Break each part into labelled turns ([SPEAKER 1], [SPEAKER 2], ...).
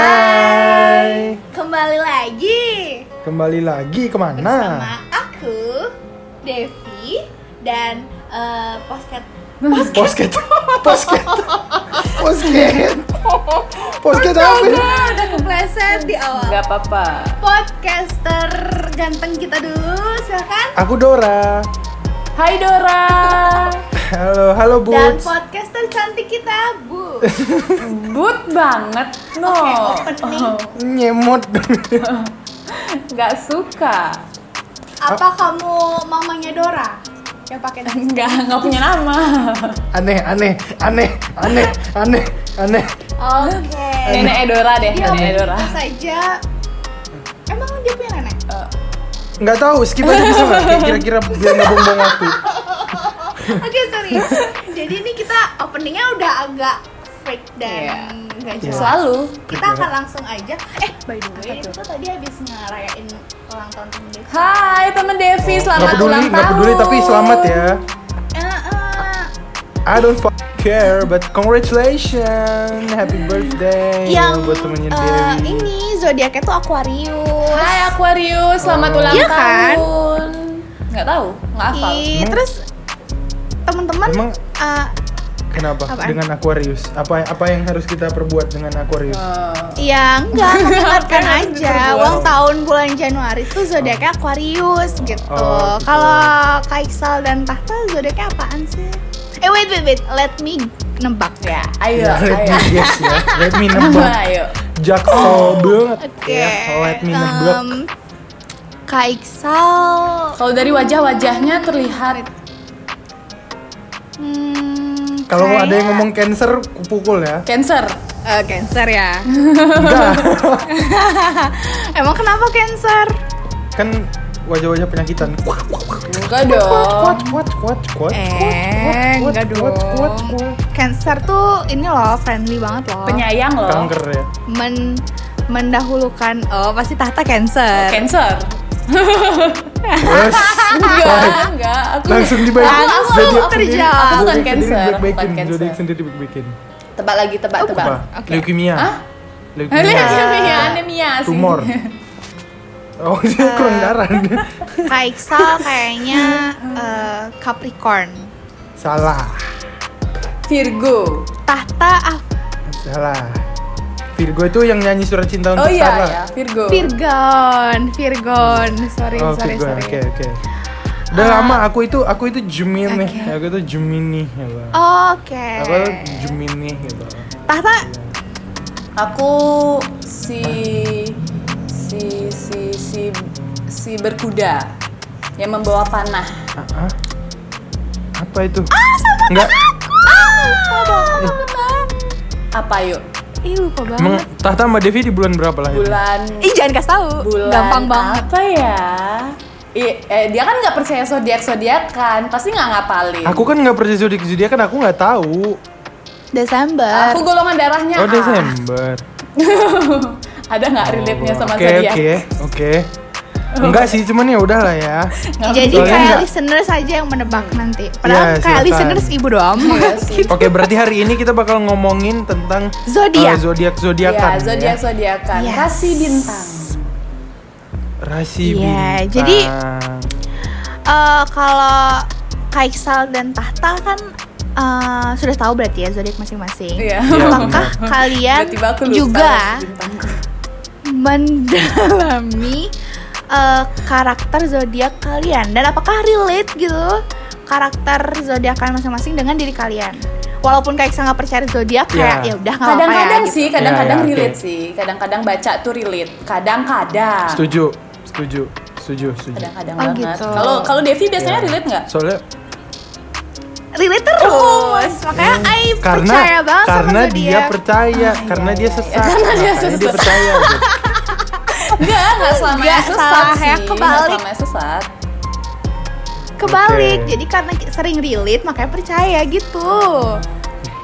[SPEAKER 1] Hai,
[SPEAKER 2] Kembali lagi
[SPEAKER 1] kembali lagi
[SPEAKER 2] bersama
[SPEAKER 1] kemana?
[SPEAKER 2] aku Devi dan eh, podcast
[SPEAKER 1] Posket, posket, posket, posket apa?
[SPEAKER 2] Aduh, udah kepleset di awal.
[SPEAKER 3] Gak apa-apa.
[SPEAKER 2] Podcaster ganteng kita dulu, silakan.
[SPEAKER 1] Aku Dora.
[SPEAKER 3] Hai Dora.
[SPEAKER 1] Halo, halo
[SPEAKER 2] Dan
[SPEAKER 1] Boots.
[SPEAKER 2] podcaster cantik kita, Bu.
[SPEAKER 3] Good banget no. Oh,
[SPEAKER 2] Oke, oh, opening.
[SPEAKER 1] Nyemot.
[SPEAKER 3] Gak suka.
[SPEAKER 2] Apa kamu mamanya Dora? Yang pakai tas?
[SPEAKER 3] Gak nggak punya nama.
[SPEAKER 1] Aneh, aneh, aneh, aneh, aneh, aneh.
[SPEAKER 2] Oke.
[SPEAKER 3] Nenek Edora deh.
[SPEAKER 2] Dia
[SPEAKER 3] Nenek Edora.
[SPEAKER 2] saja. Emang dia punya nenek?
[SPEAKER 3] Eh,
[SPEAKER 1] Nggak tahu, skip aja bisa nggak? Kayak Kira-kira biar nggak buang waktu.
[SPEAKER 2] Oke, sorry. Jadi ini kita openingnya udah agak fake dan nggak
[SPEAKER 1] Iya.
[SPEAKER 2] jelas.
[SPEAKER 3] Eh, Selalu.
[SPEAKER 2] Kita akan langsung aja. Eh, by the way,
[SPEAKER 3] Apa tuh?
[SPEAKER 2] itu tadi habis ngerayain ulang tahun temen Devi.
[SPEAKER 3] Hai temen Devi, selamat
[SPEAKER 1] Nggak peduli,
[SPEAKER 3] ulang tahun.
[SPEAKER 1] nggak peduli, tapi selamat ya.
[SPEAKER 2] Eh, eh.
[SPEAKER 1] I don't f- care, but congratulations, happy birthday
[SPEAKER 2] yang
[SPEAKER 1] buat temennya
[SPEAKER 2] eh,
[SPEAKER 1] Dewi.
[SPEAKER 2] ini zodiaknya tuh Aquarius.
[SPEAKER 3] Hai Aquarius, selamat
[SPEAKER 1] Oh.
[SPEAKER 3] ulang
[SPEAKER 2] Iya kan?
[SPEAKER 3] tahun. Gak tahu, gak hafal.
[SPEAKER 2] Ih,
[SPEAKER 1] Emang-
[SPEAKER 2] terus teman-teman
[SPEAKER 1] Emang-
[SPEAKER 2] eh,
[SPEAKER 1] Kenapa?
[SPEAKER 2] Apaan?
[SPEAKER 1] Dengan Aquarius. Apa apa yang harus kita perbuat dengan Aquarius?
[SPEAKER 3] Eh,
[SPEAKER 2] Ya enggak, mengingatkan
[SPEAKER 3] Kan
[SPEAKER 2] aja
[SPEAKER 1] gitu
[SPEAKER 3] terbuat.
[SPEAKER 2] Ulang tahun bulan Januari tuh zodiaknya Aquarius gitu
[SPEAKER 1] Oh, gitu.
[SPEAKER 2] Kalau Kaisal dan Tahta zodiaknya apaan sih? Eh wait wait wait, let me nebak
[SPEAKER 3] ya, ayo,
[SPEAKER 1] Ya, let
[SPEAKER 3] ayo.
[SPEAKER 1] me guess ya. Let me
[SPEAKER 3] Coba,
[SPEAKER 1] nebak.
[SPEAKER 3] ayo.
[SPEAKER 1] Jaksel banget.
[SPEAKER 2] Oke Um,
[SPEAKER 1] Ya, let me nebak.
[SPEAKER 2] em, Kaisal
[SPEAKER 3] Kalau dari wajah-wajahnya terlihat
[SPEAKER 2] hmm,
[SPEAKER 1] Kalau
[SPEAKER 2] kayak-
[SPEAKER 1] ada yang ngomong cancer, kupukul ya.
[SPEAKER 3] Cancer.
[SPEAKER 2] Eh, Cancer ya
[SPEAKER 1] Enggak.
[SPEAKER 2] Emang kenapa Cancer?
[SPEAKER 1] kan wajah-wajah penyakitan. Kuat,
[SPEAKER 3] Enggak dong.
[SPEAKER 1] kuat, kuat, kuat, kuat.
[SPEAKER 2] Eh, enggak
[SPEAKER 1] kuat, kuat,
[SPEAKER 2] dong
[SPEAKER 1] kuat.
[SPEAKER 2] Cancer tuh ini loh, friendly banget loh
[SPEAKER 3] Penyayang loh.
[SPEAKER 1] Kanker ya.
[SPEAKER 2] men mendahulukan oh pasti tahta
[SPEAKER 1] Oh,
[SPEAKER 2] cancer
[SPEAKER 3] Cancer.
[SPEAKER 1] Yes.
[SPEAKER 3] Enggak, enggak. Aku
[SPEAKER 1] Langsung dibaik.
[SPEAKER 2] Langsung
[SPEAKER 1] Zodiac
[SPEAKER 2] kerja.
[SPEAKER 1] sendiri-
[SPEAKER 2] Aku
[SPEAKER 1] zodiak
[SPEAKER 3] bukan
[SPEAKER 1] sendiri
[SPEAKER 3] cancer, aku bukan
[SPEAKER 1] baik-baikin,
[SPEAKER 3] cancer.
[SPEAKER 1] zodiak sendiri baik-baikin.
[SPEAKER 3] tebak lagi, tebak, tebak.
[SPEAKER 1] Apa?
[SPEAKER 2] Oke.
[SPEAKER 1] Leukemia.
[SPEAKER 3] Hah?
[SPEAKER 1] Leukemia.
[SPEAKER 3] Anemia, anemia sih.
[SPEAKER 1] Tumor. Oh, dia
[SPEAKER 3] Eh.
[SPEAKER 1] kurang darah.
[SPEAKER 2] Kaisal kayaknya eh, Capricorn
[SPEAKER 1] Salah.
[SPEAKER 3] Virgo.
[SPEAKER 2] tahta ah,
[SPEAKER 1] Salah. Virgo itu yang nyanyi surat cinta untuk
[SPEAKER 3] Oh iya,
[SPEAKER 1] Sarah.
[SPEAKER 3] iya, Virgo.
[SPEAKER 2] Virgon Virgon sorry
[SPEAKER 1] Oh,
[SPEAKER 2] sorry
[SPEAKER 1] Virgo.
[SPEAKER 2] sorry
[SPEAKER 1] Oke, oke. Udah
[SPEAKER 3] Eh.
[SPEAKER 1] lama aku itu aku itu Gemini. Aku itu Gemini ya, Bang.
[SPEAKER 2] Oke,
[SPEAKER 1] Aku tuh Gemini gitu.
[SPEAKER 2] tahta
[SPEAKER 3] Aku si si si si si berkuda yang membawa panah.
[SPEAKER 1] Ah, ah. Apa itu?
[SPEAKER 2] ah sama
[SPEAKER 1] Enggak.
[SPEAKER 2] aku. Ah, lupa banget.
[SPEAKER 3] Apa yuk?
[SPEAKER 2] Ih lupa
[SPEAKER 1] Emang
[SPEAKER 2] banget.
[SPEAKER 1] tahta sama Devi di bulan berapa lah?
[SPEAKER 3] Bulan
[SPEAKER 2] Ih jangan kasih tahu.
[SPEAKER 3] bulan
[SPEAKER 2] Gampang banget.
[SPEAKER 3] apa ya? I- eh, dia kan nggak percaya zodiak zodiakan, pasti nggak ngapalin.
[SPEAKER 1] Aku kan nggak percaya zodiak zodiak kan aku nggak tahu.
[SPEAKER 2] Desember.
[SPEAKER 3] Aku golongan darahnya
[SPEAKER 1] Oh
[SPEAKER 3] A.
[SPEAKER 1] Desember.
[SPEAKER 3] Ya. Ada nggak relate-nya sama
[SPEAKER 1] Oke
[SPEAKER 3] zodiak? Oh.
[SPEAKER 1] oke oke. Enggak sih, cuman ya udahlah ya.
[SPEAKER 3] Nggak
[SPEAKER 2] Jadi
[SPEAKER 1] Soalnya
[SPEAKER 2] kayak
[SPEAKER 1] nggak-
[SPEAKER 2] listeners aja yang menebak nanti. Padahal
[SPEAKER 1] Iya,
[SPEAKER 2] kayak
[SPEAKER 1] silakan.
[SPEAKER 2] listeners ibu doang.
[SPEAKER 3] Iya sih.
[SPEAKER 1] Oke, berarti hari ini kita bakal ngomongin tentang eh,
[SPEAKER 2] Zodiak.
[SPEAKER 1] zodiak zodiakan. ya.
[SPEAKER 3] Iya, zodiak zodiakan.
[SPEAKER 2] Yes.
[SPEAKER 3] Kasih bintang.
[SPEAKER 1] Rasi
[SPEAKER 2] Iya,
[SPEAKER 1] bintang.
[SPEAKER 2] jadi- Eh, kalau Kaisal dan Tahta kan eh, sudah tahu berarti ya zodiak masing-masing.
[SPEAKER 3] Iya.
[SPEAKER 2] Apakah kalian
[SPEAKER 3] Tiba-tiba aku lupa
[SPEAKER 2] juga
[SPEAKER 3] kasih bintang.
[SPEAKER 2] mendalami eh, karakter zodiak kalian dan apakah relate gitu karakter zodiak kalian masing-masing dengan diri kalian? Walaupun Kaisal nggak percaya zodiak kayak
[SPEAKER 1] Iya.
[SPEAKER 2] ya udah nggak apa-apa
[SPEAKER 3] Kadang-kadang
[SPEAKER 2] ya, gitu.
[SPEAKER 3] sih, kadang-kadang
[SPEAKER 1] Ya, ya,
[SPEAKER 3] relate
[SPEAKER 1] oke.
[SPEAKER 3] sih. Kadang-kadang baca tuh relate. Kadang-kadang.
[SPEAKER 1] Setuju, setuju, setuju, setuju.
[SPEAKER 3] Kadang-kadang
[SPEAKER 2] Oh,
[SPEAKER 3] banget.
[SPEAKER 2] gitu.
[SPEAKER 3] Kalau kalau Devi biasanya
[SPEAKER 1] Iya.
[SPEAKER 3] relate nggak?
[SPEAKER 1] Soalnya
[SPEAKER 2] Relate terus. Makanya I
[SPEAKER 1] Iya. karena
[SPEAKER 2] percaya banget
[SPEAKER 1] karena
[SPEAKER 2] sama
[SPEAKER 1] dia
[SPEAKER 2] zodiak. Ah, iya,
[SPEAKER 1] percaya, karena dia sesat.
[SPEAKER 3] Karena dia
[SPEAKER 1] makanya
[SPEAKER 3] sesat.
[SPEAKER 1] percaya. gitu.
[SPEAKER 3] Enggak, enggak selama
[SPEAKER 2] Nggak,
[SPEAKER 3] sesat
[SPEAKER 2] salah ya,
[SPEAKER 3] sih.
[SPEAKER 2] kebalik.
[SPEAKER 3] Nggak selamanya sesat.
[SPEAKER 2] Kebalik.
[SPEAKER 1] Oke.
[SPEAKER 2] Jadi karena ki- sering relate makanya percaya gitu.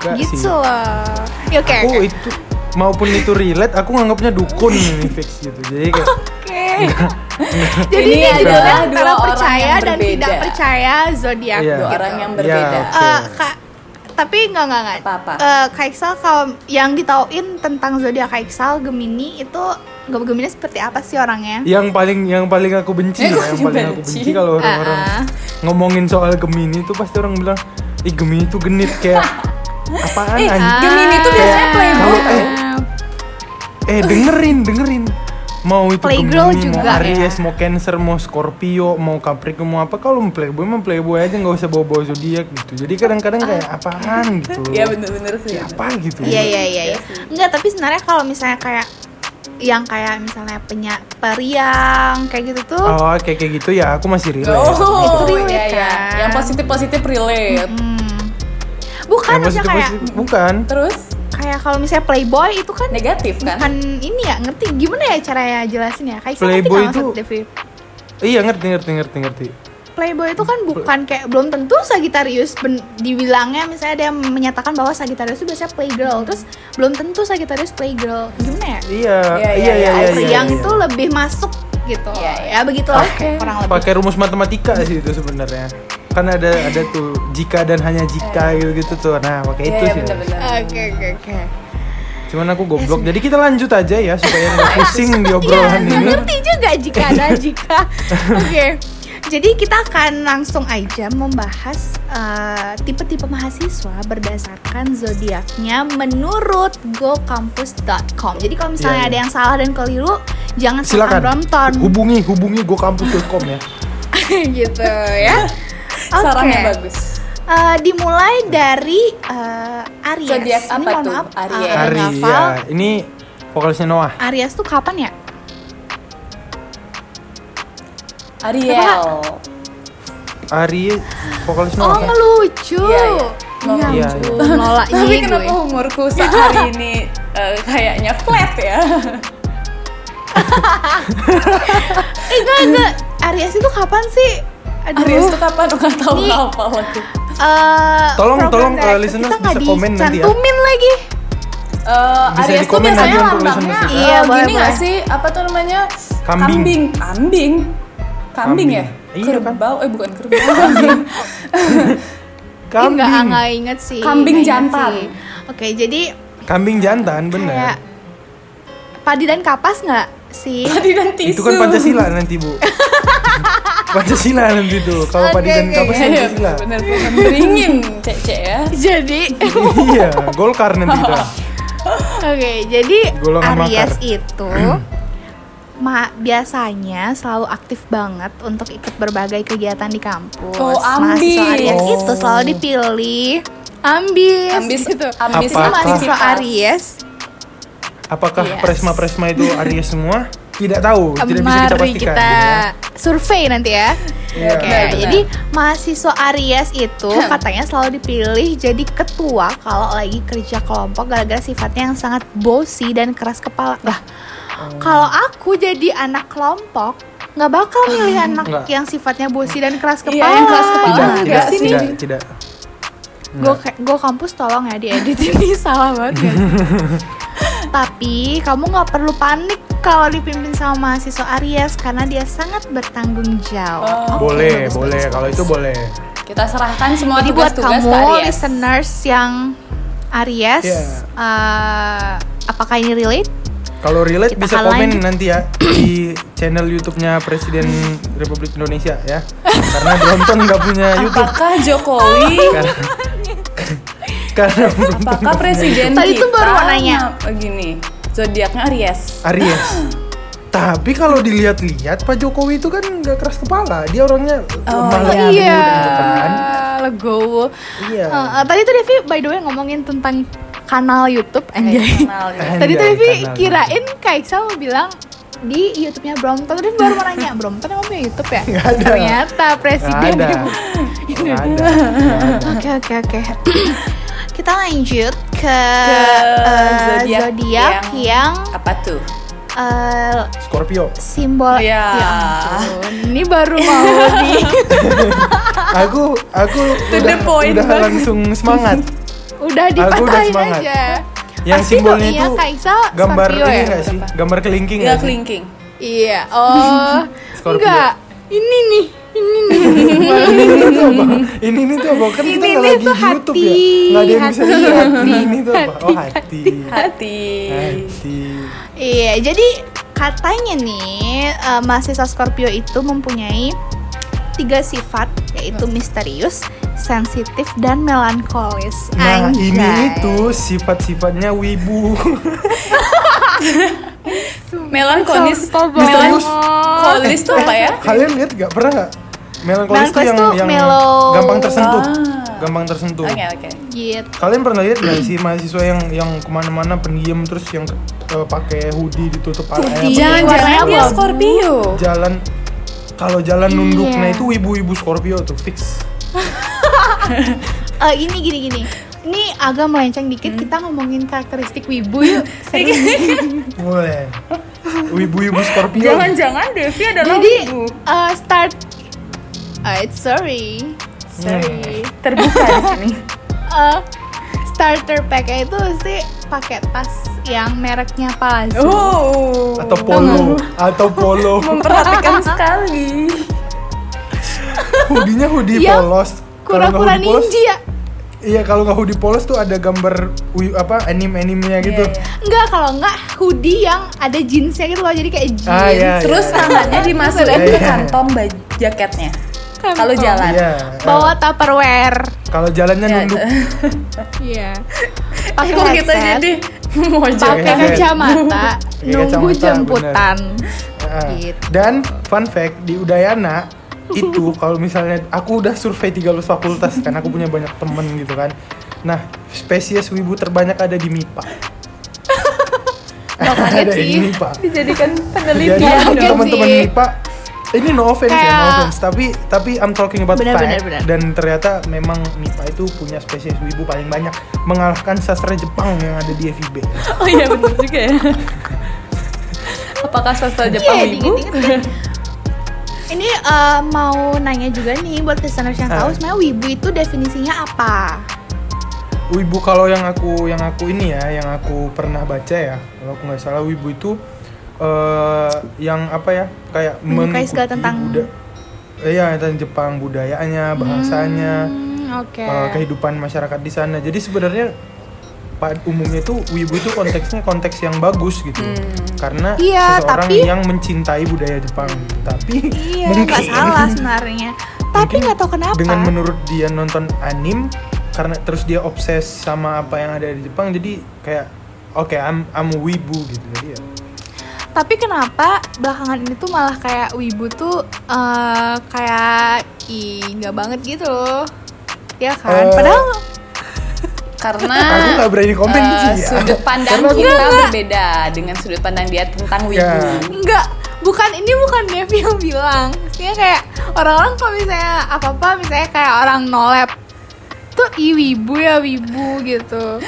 [SPEAKER 1] Enggak sih.
[SPEAKER 2] gitu loh. Ya, Oke.
[SPEAKER 1] Aku
[SPEAKER 2] oke.
[SPEAKER 1] itu maupun itu relate, aku nganggapnya dukun ini fix gitu. Jadi kayak
[SPEAKER 2] Oke. Jadi
[SPEAKER 3] Ini
[SPEAKER 2] ini judulnya
[SPEAKER 3] adalah
[SPEAKER 2] antara
[SPEAKER 3] dua orang
[SPEAKER 2] percaya
[SPEAKER 3] yang
[SPEAKER 2] dan
[SPEAKER 3] berbeda.
[SPEAKER 2] tidak percaya zodiak.
[SPEAKER 1] Iya.
[SPEAKER 3] Dua orang yang
[SPEAKER 1] Iya,
[SPEAKER 3] berbeda.
[SPEAKER 1] oke.
[SPEAKER 2] Ya, Eh, Kak tapi nggak nggak nggak.
[SPEAKER 3] Apa-apa.
[SPEAKER 2] Eh, Kak Iksal kalau yang ditauin tentang zodiak Kak Iksal Gemini itu Gem- Gemini seperti apa sih orangnya?
[SPEAKER 1] yang paling yang paling aku benci ya,
[SPEAKER 3] Yang paling
[SPEAKER 1] yang paling aku
[SPEAKER 3] benci.
[SPEAKER 1] benci kalau orang-orang
[SPEAKER 2] Ah, ah.
[SPEAKER 1] ngomongin soal Gemini itu pasti orang bilang ih Gemini itu genit kayak apaan
[SPEAKER 3] Eh,
[SPEAKER 2] Ah.
[SPEAKER 1] anjing
[SPEAKER 3] Gemini tuh
[SPEAKER 2] Iya.
[SPEAKER 3] biasanya playboy.
[SPEAKER 1] Kalau- eh, eh dengerin dengerin mau itu
[SPEAKER 2] Playgirl
[SPEAKER 1] Gemini,
[SPEAKER 2] juga
[SPEAKER 1] mau
[SPEAKER 2] ya.
[SPEAKER 1] Aries mau Cancer mau Scorpio mau Capricorn mau apa kalau mau Playboy mau Playboy aja nggak usah bawa-bawa zodiak gitu jadi kadang-kadang kayak apaan gitu
[SPEAKER 3] Iya bener-bener sih.
[SPEAKER 1] Kayak apa gitu
[SPEAKER 2] Ah. Iya iya iya. iya. Enggak, tapi sebenarnya kalau misalnya kayak yang kayak misalnya penya periang kayak gitu tuh
[SPEAKER 1] oh kayak kayak gitu ya aku masih relate
[SPEAKER 3] Oh,
[SPEAKER 2] Itu relate,
[SPEAKER 3] iya, iya.
[SPEAKER 2] kan?
[SPEAKER 3] Yang positif-positif relate.
[SPEAKER 2] hmm. bukan
[SPEAKER 1] Yang
[SPEAKER 2] maksudnya kayak
[SPEAKER 1] positif-positif- bukan
[SPEAKER 3] Terus
[SPEAKER 2] kayak kalau misalnya playboy itu kan
[SPEAKER 3] negatif kan?
[SPEAKER 2] bukan ini ya ngerti gimana ya caranya jelasin ya kayak
[SPEAKER 1] Playboy
[SPEAKER 2] ngerti
[SPEAKER 1] itu-
[SPEAKER 2] nggak maksud Devi?
[SPEAKER 1] iya ngerti ngerti ngerti ngerti
[SPEAKER 2] playboy itu kan bukan kayak belum tentu Sagittarius ben- dibilangnya misalnya ada yang menyatakan bahwa Sagittarius itu biasanya playgirl terus belum tentu Sagittarius playgirl gimana ya
[SPEAKER 1] iya
[SPEAKER 3] Iya,
[SPEAKER 1] iya
[SPEAKER 3] iya,
[SPEAKER 1] iya iya
[SPEAKER 3] iya.
[SPEAKER 1] iya,
[SPEAKER 2] periang
[SPEAKER 1] iya.
[SPEAKER 2] itu lebih masuk gitu
[SPEAKER 3] Iya,
[SPEAKER 2] ya
[SPEAKER 3] iya.
[SPEAKER 2] begitulah
[SPEAKER 3] Oke.
[SPEAKER 2] kurang lebih
[SPEAKER 1] pakai rumus matematika sih itu sebenarnya kan ada ada tuh jika dan hanya jika
[SPEAKER 2] Iya.
[SPEAKER 1] gitu, gitu tuh nah pakai itu
[SPEAKER 3] Iya,
[SPEAKER 1] sih
[SPEAKER 3] bener-bener.
[SPEAKER 2] oke oke oke
[SPEAKER 1] cuman aku
[SPEAKER 2] Iya
[SPEAKER 1] goblok jadi kita lanjut aja ya supaya nggak pusing di obrolan
[SPEAKER 2] Nggak
[SPEAKER 1] ini
[SPEAKER 2] Iya, ngerti juga jika ada jika. Oke. Jadi kita akan langsung aja membahas eh, tipe-tipe mahasiswa berdasarkan zodiaknya menurut gokampus.com. Jadi kalau misalnya
[SPEAKER 1] Iya, iya.
[SPEAKER 2] ada yang salah dan keliru, jangan
[SPEAKER 1] silakan
[SPEAKER 2] nonton
[SPEAKER 1] hubungi hubungi gokampus.com ya
[SPEAKER 2] gitu ya. Oke.
[SPEAKER 3] Sarannya bagus.
[SPEAKER 2] Eh, dimulai dari eh, Aries.
[SPEAKER 3] Zodiak
[SPEAKER 2] Ini
[SPEAKER 3] apa
[SPEAKER 2] mohon
[SPEAKER 3] tuh?
[SPEAKER 2] maaf,
[SPEAKER 3] Aries.
[SPEAKER 2] eh, ada
[SPEAKER 1] Ari
[SPEAKER 2] hafal.
[SPEAKER 1] ya ini vokalisnya Noah
[SPEAKER 2] Aries tuh kapan ya?
[SPEAKER 3] Ariel.
[SPEAKER 1] Ari vokalis
[SPEAKER 2] Oh,
[SPEAKER 1] Noah kan?
[SPEAKER 2] ngelucu.
[SPEAKER 3] Iya, iya.
[SPEAKER 2] Ya
[SPEAKER 1] Iya,
[SPEAKER 2] ampun, gitu ya. nolaknya
[SPEAKER 3] Tapi
[SPEAKER 2] Iya, gue.
[SPEAKER 3] kenapa umurku saat hari ini eh, kayaknya flat ya?
[SPEAKER 2] Eh enggak enggak Aries itu kapan sih? Aduh.
[SPEAKER 3] Aries tuh kapan? Nggak tahu
[SPEAKER 2] Nih.
[SPEAKER 3] apa lagi.
[SPEAKER 2] Eh,
[SPEAKER 1] Tolong,
[SPEAKER 2] program
[SPEAKER 1] tolong,
[SPEAKER 2] director
[SPEAKER 1] eh, listeners
[SPEAKER 2] kita nggak
[SPEAKER 1] bisa komen nanti ya.
[SPEAKER 2] dicantumin lagi.
[SPEAKER 3] Eh,
[SPEAKER 1] Bisa
[SPEAKER 3] Aries tuh
[SPEAKER 1] dikomen nanti
[SPEAKER 3] biasanya
[SPEAKER 1] untuk
[SPEAKER 3] lambangnya
[SPEAKER 1] listeners
[SPEAKER 2] ya.
[SPEAKER 3] eh,
[SPEAKER 2] Iya, boleh,
[SPEAKER 3] gini nggak
[SPEAKER 2] boleh.
[SPEAKER 3] sih? Apa tuh namanya?
[SPEAKER 1] Kambing.
[SPEAKER 3] Kambing. Kambing. Kambing ya?
[SPEAKER 1] Kambing. Iya, kan?
[SPEAKER 3] kerbau, eh bukan kerbau.
[SPEAKER 2] Ih, Nggak
[SPEAKER 1] kambing
[SPEAKER 2] nggak inget sih.
[SPEAKER 3] Kambing
[SPEAKER 2] nggak inget
[SPEAKER 3] jantan.
[SPEAKER 2] sih. Oke, jadi
[SPEAKER 1] kambing jantan
[SPEAKER 2] kayak
[SPEAKER 1] bener
[SPEAKER 2] padi dan kapas nggak sih?
[SPEAKER 3] Padi dan tisu.
[SPEAKER 1] itu kan Pancasila nanti bu Pancasila nanti tuh kalau
[SPEAKER 2] Oke,
[SPEAKER 1] Padi dan
[SPEAKER 2] oke,
[SPEAKER 1] Kapas
[SPEAKER 3] Iya, iya,
[SPEAKER 1] Pancasila
[SPEAKER 3] bener bener beringin, cek-cek ya.
[SPEAKER 2] Jadi,
[SPEAKER 1] iya Golkar nanti kita
[SPEAKER 2] oke, jadi
[SPEAKER 1] Golongan
[SPEAKER 2] Aries
[SPEAKER 1] makar.
[SPEAKER 2] itu ma biasanya selalu aktif banget untuk ikut berbagai kegiatan di kampus.
[SPEAKER 3] Oh,
[SPEAKER 2] Mahasiswa
[SPEAKER 3] ambis.
[SPEAKER 2] Aries
[SPEAKER 1] Oh.
[SPEAKER 2] itu selalu dipilih ambis.
[SPEAKER 3] Ambis itu,
[SPEAKER 2] gitu.
[SPEAKER 1] Apa?
[SPEAKER 3] ambis
[SPEAKER 2] Jadi mahasiswa
[SPEAKER 3] aktivitas.
[SPEAKER 2] Aries
[SPEAKER 1] apakah
[SPEAKER 3] Yes.
[SPEAKER 1] presma-presma itu Aries semua tidak tahu tidak bisa kita
[SPEAKER 2] Mari
[SPEAKER 1] pastikan
[SPEAKER 2] kita,
[SPEAKER 1] ya.
[SPEAKER 2] survei nanti ya.
[SPEAKER 1] Iya.
[SPEAKER 2] Oke,
[SPEAKER 3] Benar, benar.
[SPEAKER 2] jadi mahasiswa Aries itu
[SPEAKER 3] Hmm.
[SPEAKER 2] katanya selalu dipilih jadi ketua kalau lagi kerja kelompok gara-gara sifatnya yang sangat bosi dan keras kepala. Lah,
[SPEAKER 1] Oh.
[SPEAKER 2] kalau aku jadi anak kelompok nggak bakal milih anak
[SPEAKER 1] Hmm. Nggak.
[SPEAKER 2] yang sifatnya bosi dan keras
[SPEAKER 3] Iya,
[SPEAKER 2] kepala.
[SPEAKER 3] yang keras kepala.
[SPEAKER 1] tidak
[SPEAKER 3] Oh,
[SPEAKER 1] tidak
[SPEAKER 3] enggak sih,
[SPEAKER 1] tidak
[SPEAKER 3] Nini?
[SPEAKER 1] tidak
[SPEAKER 2] Gue kampus tolong ya diedit ini salah banget. guys. Tapi kamu nggak perlu panik kalau dipimpin sama mahasiswa Aries karena dia sangat bertanggung jawab. Oke,
[SPEAKER 3] Oh.
[SPEAKER 1] boleh
[SPEAKER 2] bagus,
[SPEAKER 1] boleh
[SPEAKER 2] bagus,
[SPEAKER 1] kalau
[SPEAKER 2] bagus.
[SPEAKER 1] itu boleh
[SPEAKER 3] Kita serahkan semua
[SPEAKER 2] Jadi buat
[SPEAKER 3] tugas-tugas
[SPEAKER 2] kamu
[SPEAKER 3] ke Oh, Aries.
[SPEAKER 2] listeners yang Aries,
[SPEAKER 1] Iya.
[SPEAKER 2] eh, apakah ini relate?
[SPEAKER 1] kalau relate
[SPEAKER 2] Kita
[SPEAKER 1] bisa
[SPEAKER 2] akan
[SPEAKER 1] komen
[SPEAKER 2] lanjut.
[SPEAKER 1] nanti ya di channel YouTube-nya Presiden Republik Indonesia ya karena Brompton nggak punya YouTube
[SPEAKER 3] Apakah Jokowi?
[SPEAKER 1] karena karena Brompton
[SPEAKER 3] apakah presiden
[SPEAKER 2] Tadi
[SPEAKER 3] kita?
[SPEAKER 2] tuh baru nanya.
[SPEAKER 3] Begini, zodiaknya Aries.
[SPEAKER 1] Aries tapi kalau dilihat-lihat Pak Jokowi itu kan nggak keras kepala dia orangnya lemah lembut
[SPEAKER 2] iya.
[SPEAKER 1] gitu kan
[SPEAKER 2] legowo.
[SPEAKER 1] iya
[SPEAKER 2] Eh, eh, tadi tuh Devi by the way ngomongin tentang kanal YouTube anjay.
[SPEAKER 3] Kenal ya.
[SPEAKER 1] Anjay,
[SPEAKER 2] Tadi tuh Devi
[SPEAKER 1] kanal.
[SPEAKER 2] kirain Kak Iksal mau bilang di YouTube-nya Brompton, Terus Devi baru mau nanya Brompton emang punya YouTube ya?
[SPEAKER 1] Nggak ada.
[SPEAKER 2] Ternyata
[SPEAKER 1] Nggak
[SPEAKER 2] presiden.
[SPEAKER 1] ada Nggak ada Nggak ada.
[SPEAKER 2] Oke oke oke. Kita lanjut ke,
[SPEAKER 3] Ke
[SPEAKER 2] eh,
[SPEAKER 3] zodiak
[SPEAKER 2] zodiak yang,
[SPEAKER 3] Apa tuh?
[SPEAKER 2] eh,
[SPEAKER 1] Scorpio
[SPEAKER 2] simbol.
[SPEAKER 3] Iya.
[SPEAKER 2] Ya ampun, ini baru mau di.
[SPEAKER 1] aku aku
[SPEAKER 3] To the
[SPEAKER 1] udah,
[SPEAKER 3] point
[SPEAKER 1] udah
[SPEAKER 3] banget.
[SPEAKER 1] langsung semangat
[SPEAKER 2] udah dipatahin
[SPEAKER 1] semangat.
[SPEAKER 2] aja.
[SPEAKER 1] yang
[SPEAKER 2] Pasti
[SPEAKER 1] simbolnya
[SPEAKER 2] doi ya,
[SPEAKER 1] itu
[SPEAKER 2] Kak Iksal,
[SPEAKER 1] gambar
[SPEAKER 2] Scorpio
[SPEAKER 1] ini
[SPEAKER 2] ya?
[SPEAKER 1] nggak sih
[SPEAKER 3] Apa?
[SPEAKER 1] gambar kelingking
[SPEAKER 3] Iya,
[SPEAKER 1] nggak sih?
[SPEAKER 3] kelingking.
[SPEAKER 2] Iya. Oh.
[SPEAKER 1] Scorpio.
[SPEAKER 2] Enggak. Ini nih
[SPEAKER 1] ini nih ini nih tuh apa ini nih tuh apa kan kita
[SPEAKER 2] Ini
[SPEAKER 1] nggak
[SPEAKER 2] nih
[SPEAKER 1] lagi di
[SPEAKER 2] tuh
[SPEAKER 1] YouTube ya
[SPEAKER 2] hati,
[SPEAKER 1] nggak ada yang bisa
[SPEAKER 2] hati.
[SPEAKER 1] lihat ini nih tuh apa oh hati
[SPEAKER 3] Hati.
[SPEAKER 1] hati
[SPEAKER 2] Iya, jadi katanya nih eh, mahasiswa Scorpio itu mempunyai tiga sifat
[SPEAKER 3] Hmm.
[SPEAKER 2] yaitu misterius, sensitif dan melankolis.
[SPEAKER 1] nah
[SPEAKER 2] Anjay.
[SPEAKER 1] ini itu sifat-sifatnya wibu
[SPEAKER 3] Melankolis.
[SPEAKER 2] Sombong
[SPEAKER 1] Misterius.
[SPEAKER 2] banget.
[SPEAKER 3] Kolis tuh apa ya?
[SPEAKER 1] kalian lihat nggak pernah nggak melankolis tuh
[SPEAKER 2] Melankolis
[SPEAKER 1] yang
[SPEAKER 2] tuh
[SPEAKER 1] yang
[SPEAKER 2] mellow.
[SPEAKER 1] gampang tersentuh
[SPEAKER 3] Ah.
[SPEAKER 1] gampang tersentuh
[SPEAKER 3] Oke oke.
[SPEAKER 2] Gitu.
[SPEAKER 1] kalian pernah lihat nggak sih mahasiswa yang yang kemana-mana pendiam terus yang eh, pakai hoodie ditutup
[SPEAKER 2] Hoodie.
[SPEAKER 1] pakai
[SPEAKER 3] Jangan-jangan
[SPEAKER 2] Warnanya
[SPEAKER 3] dia
[SPEAKER 2] abu-abu.
[SPEAKER 3] Scorpio.
[SPEAKER 1] jalan kalau jalan
[SPEAKER 2] Iya.
[SPEAKER 1] nunduk nah itu ibu-ibu Scorpio tuh fix
[SPEAKER 2] Eh, ini gini gini. Ini agak melenceng
[SPEAKER 3] Hmm.
[SPEAKER 2] dikit kita ngomongin karakteristik wibu yuk. Serius.
[SPEAKER 1] boleh ibu-ibu Scorpio
[SPEAKER 3] Jangan-jangan Devi adalah
[SPEAKER 2] Jadi
[SPEAKER 3] ibu.
[SPEAKER 2] eh, start Eh, it's sorry. Sorry.
[SPEAKER 1] Iya.
[SPEAKER 3] Terbuka di sini.
[SPEAKER 2] Eh, starter pack-nya itu sih pakai tas yang mereknya Palazzo.
[SPEAKER 3] Oh.
[SPEAKER 1] atau polo atau polo
[SPEAKER 3] Memperhatikan sekali.
[SPEAKER 1] hoodie-nya hoodie
[SPEAKER 2] Iya.
[SPEAKER 1] polos Kalau nggak
[SPEAKER 2] Kura-kura
[SPEAKER 1] hoodie polos,
[SPEAKER 2] ninja.
[SPEAKER 1] iya kalau nggak hoodie polos tuh ada gambar wi- apa anime-animenya gitu
[SPEAKER 3] Iya, iya.
[SPEAKER 2] Enggak, kalau enggak hoodie yang ada jeansnya gitu loh, jadi kayak jeans.
[SPEAKER 1] Ah, iya,
[SPEAKER 3] Terus
[SPEAKER 1] iya.
[SPEAKER 3] tangannya dimasukin
[SPEAKER 1] Iya,
[SPEAKER 3] ke
[SPEAKER 1] iya.
[SPEAKER 3] kantong baju jaketnya. Kalau
[SPEAKER 2] Kantong.
[SPEAKER 3] jalan.
[SPEAKER 1] iya
[SPEAKER 2] Bawa Tupperware.
[SPEAKER 1] kalau
[SPEAKER 2] Ya,
[SPEAKER 1] jalannya
[SPEAKER 3] Iya.
[SPEAKER 2] eh,
[SPEAKER 1] nunduk
[SPEAKER 2] Iya. Pakai
[SPEAKER 3] Kok kita
[SPEAKER 2] headset,
[SPEAKER 3] jadi mojok
[SPEAKER 2] pakai
[SPEAKER 1] headset.
[SPEAKER 2] kacamata,
[SPEAKER 1] Pakai
[SPEAKER 2] nunggu
[SPEAKER 1] kacamata,
[SPEAKER 2] jemputan.
[SPEAKER 1] Ah.
[SPEAKER 2] Gitu.
[SPEAKER 1] Dan fun fact di Udayana itu kalau misalnya aku udah survei 13 fakultas kan aku punya banyak temen gitu kan. Nah, spesies wibu terbanyak ada di MIPA.
[SPEAKER 2] Makanya
[SPEAKER 1] ada
[SPEAKER 2] Oh, sih.
[SPEAKER 1] di MIPA.
[SPEAKER 3] dijadikan
[SPEAKER 1] Jadi
[SPEAKER 2] Iya,
[SPEAKER 3] penelitian
[SPEAKER 2] mungkin
[SPEAKER 3] dong.
[SPEAKER 1] teman-teman
[SPEAKER 2] sih.
[SPEAKER 1] MIPA ini no offense ya, no
[SPEAKER 2] Kayak-
[SPEAKER 1] offense, tapi tapi I'm talking about
[SPEAKER 2] Benar,
[SPEAKER 1] fact
[SPEAKER 2] benar, benar.
[SPEAKER 1] dan ternyata memang MIPA itu punya spesies wibu paling banyak mengalahkan sastra Jepang yang ada di FIB.
[SPEAKER 3] Oh iya bener juga ya. Apakah sastra Jepang
[SPEAKER 2] Iya,
[SPEAKER 3] ibu?
[SPEAKER 2] diinget-inget kan. Ini eh, mau nanya juga nih buat listeners yang
[SPEAKER 1] Ah.
[SPEAKER 2] tahu sebenarnya wibu itu definisinya apa?
[SPEAKER 1] Wibu kalau yang aku yang aku ini ya, yang aku pernah baca ya, kalau aku nggak salah Wibu itu eh yang apa ya, kayak
[SPEAKER 2] Menyukai
[SPEAKER 1] mengikuti
[SPEAKER 2] segala tentang-
[SPEAKER 1] buda- eh, iya, tentang Jepang budayaannya, bahasanya,
[SPEAKER 2] Hmm, Oke.
[SPEAKER 1] eh, kehidupan masyarakat di sana. Jadi sebenarnya pa- umumnya tuh Wibu itu konteksnya konteks yang bagus gitu,
[SPEAKER 2] Hmm.
[SPEAKER 1] karena
[SPEAKER 2] Iya,
[SPEAKER 1] seseorang
[SPEAKER 2] tapi-
[SPEAKER 1] yang mencintai budaya Jepang. Tapi
[SPEAKER 2] Iya,
[SPEAKER 1] mungkin
[SPEAKER 2] nggak salah sebenarnya. Tapi
[SPEAKER 1] Mungkin
[SPEAKER 2] nggak tahu kenapa.
[SPEAKER 1] dengan menurut dia nonton anim karena terus dia obses sama apa yang ada di Jepang jadi kayak oke I'm I'm a wibu gitu jadi ya
[SPEAKER 2] Tapi kenapa belakangan ini tuh malah kayak wibu tuh eh, kayak ih nggak banget gitu loh. Ya kan?
[SPEAKER 1] Eh,
[SPEAKER 2] Padahal
[SPEAKER 3] Karena
[SPEAKER 2] Ah.
[SPEAKER 1] aku nggak berani komen
[SPEAKER 3] eh,
[SPEAKER 1] sih ya
[SPEAKER 3] sudut pandang
[SPEAKER 1] Karena aku-
[SPEAKER 3] kita berbeda dengan sudut pandang dia tentang wibu.
[SPEAKER 1] Ya.
[SPEAKER 2] nggak bukan ini bukan Devi yang bilang. Maksudnya kayak orang-orang kalau misalnya apa-apa misalnya kayak orang nolep tuh ih wibu ya wibu gitu.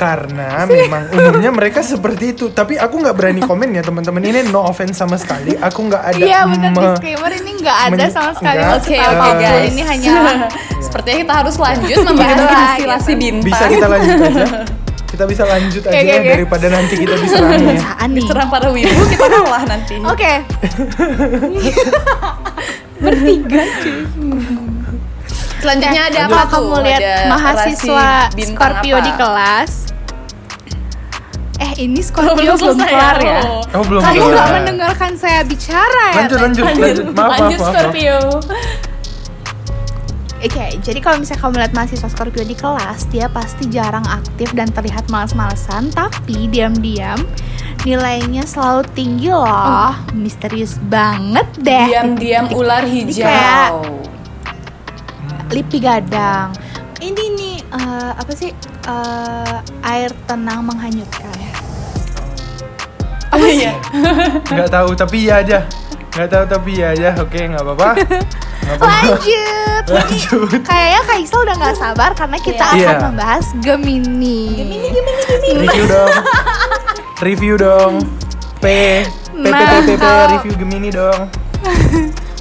[SPEAKER 1] karena memang umumnya mereka seperti itu tapi aku nggak berani komen ya teman-teman ini no offense sama sekali aku nggak ada
[SPEAKER 2] Iya benar
[SPEAKER 1] me-
[SPEAKER 2] disclaimer ini nggak ada
[SPEAKER 1] men-
[SPEAKER 2] sama sekali
[SPEAKER 1] nggak.
[SPEAKER 2] maksud
[SPEAKER 3] Oke,
[SPEAKER 2] apa
[SPEAKER 3] oke guys.
[SPEAKER 2] Ini hanya
[SPEAKER 3] Sepertinya kita harus lanjut membahas
[SPEAKER 2] Iya,
[SPEAKER 3] konstelasi
[SPEAKER 2] gitu.
[SPEAKER 3] bintang.
[SPEAKER 1] bisa kita lanjut aja kita bisa lanjut aja
[SPEAKER 2] Oke, oke,
[SPEAKER 1] ya,
[SPEAKER 2] oke.
[SPEAKER 1] daripada nanti kita diserang ya
[SPEAKER 2] Apaan nih?
[SPEAKER 3] Serang para wibu kita kalah nanti.
[SPEAKER 2] Oke.
[SPEAKER 3] Bertiga cuy. Selanjutnya ada apa
[SPEAKER 2] Kalau kamu
[SPEAKER 3] tuh?
[SPEAKER 2] lihat
[SPEAKER 3] Ada
[SPEAKER 2] mahasiswa
[SPEAKER 3] rasi bintang
[SPEAKER 2] Scorpio
[SPEAKER 3] apa?
[SPEAKER 2] di kelas? Eh ini Scorpio
[SPEAKER 3] Belum
[SPEAKER 2] belum,
[SPEAKER 3] selesai
[SPEAKER 2] kelar ya?
[SPEAKER 3] loh.
[SPEAKER 1] kamu belum
[SPEAKER 2] Kamu
[SPEAKER 1] kelar.
[SPEAKER 2] nggak mendengarkan saya bicara ya?
[SPEAKER 1] lanjut lanjut lanjut maaf maaf,
[SPEAKER 3] Lanjut
[SPEAKER 1] maaf, maaf.
[SPEAKER 3] Scorpio.
[SPEAKER 2] Oke, jadi kalau misalnya kamu lihat mahasiswa Scorpio di kelas, dia pasti jarang aktif dan terlihat malas-malesan, tapi diam-diam nilainya selalu tinggi loh.
[SPEAKER 3] Oh.
[SPEAKER 2] Misterius banget deh.
[SPEAKER 3] Diam-diam
[SPEAKER 2] Titik-titik.
[SPEAKER 3] ular
[SPEAKER 2] Jadi
[SPEAKER 3] hijau.
[SPEAKER 2] kayak lipi gadang. Ini nih eh, apa sih eh, air tenang menghanyutkan.
[SPEAKER 3] Apa ya?
[SPEAKER 1] nggak tahu tapi iya aja nggak tahu tapi iya aja oke nggak apa-apa Nggak apa-apa
[SPEAKER 2] Lanjut.
[SPEAKER 1] lanjut
[SPEAKER 2] Kayaknya Kaisal udah nggak sabar karena kita
[SPEAKER 1] Iya.
[SPEAKER 2] akan membahas Gemini. Gemini, Gemini, Gemini.
[SPEAKER 1] review dong review dong p p p p p, P,
[SPEAKER 2] Nah,
[SPEAKER 1] review gemini dong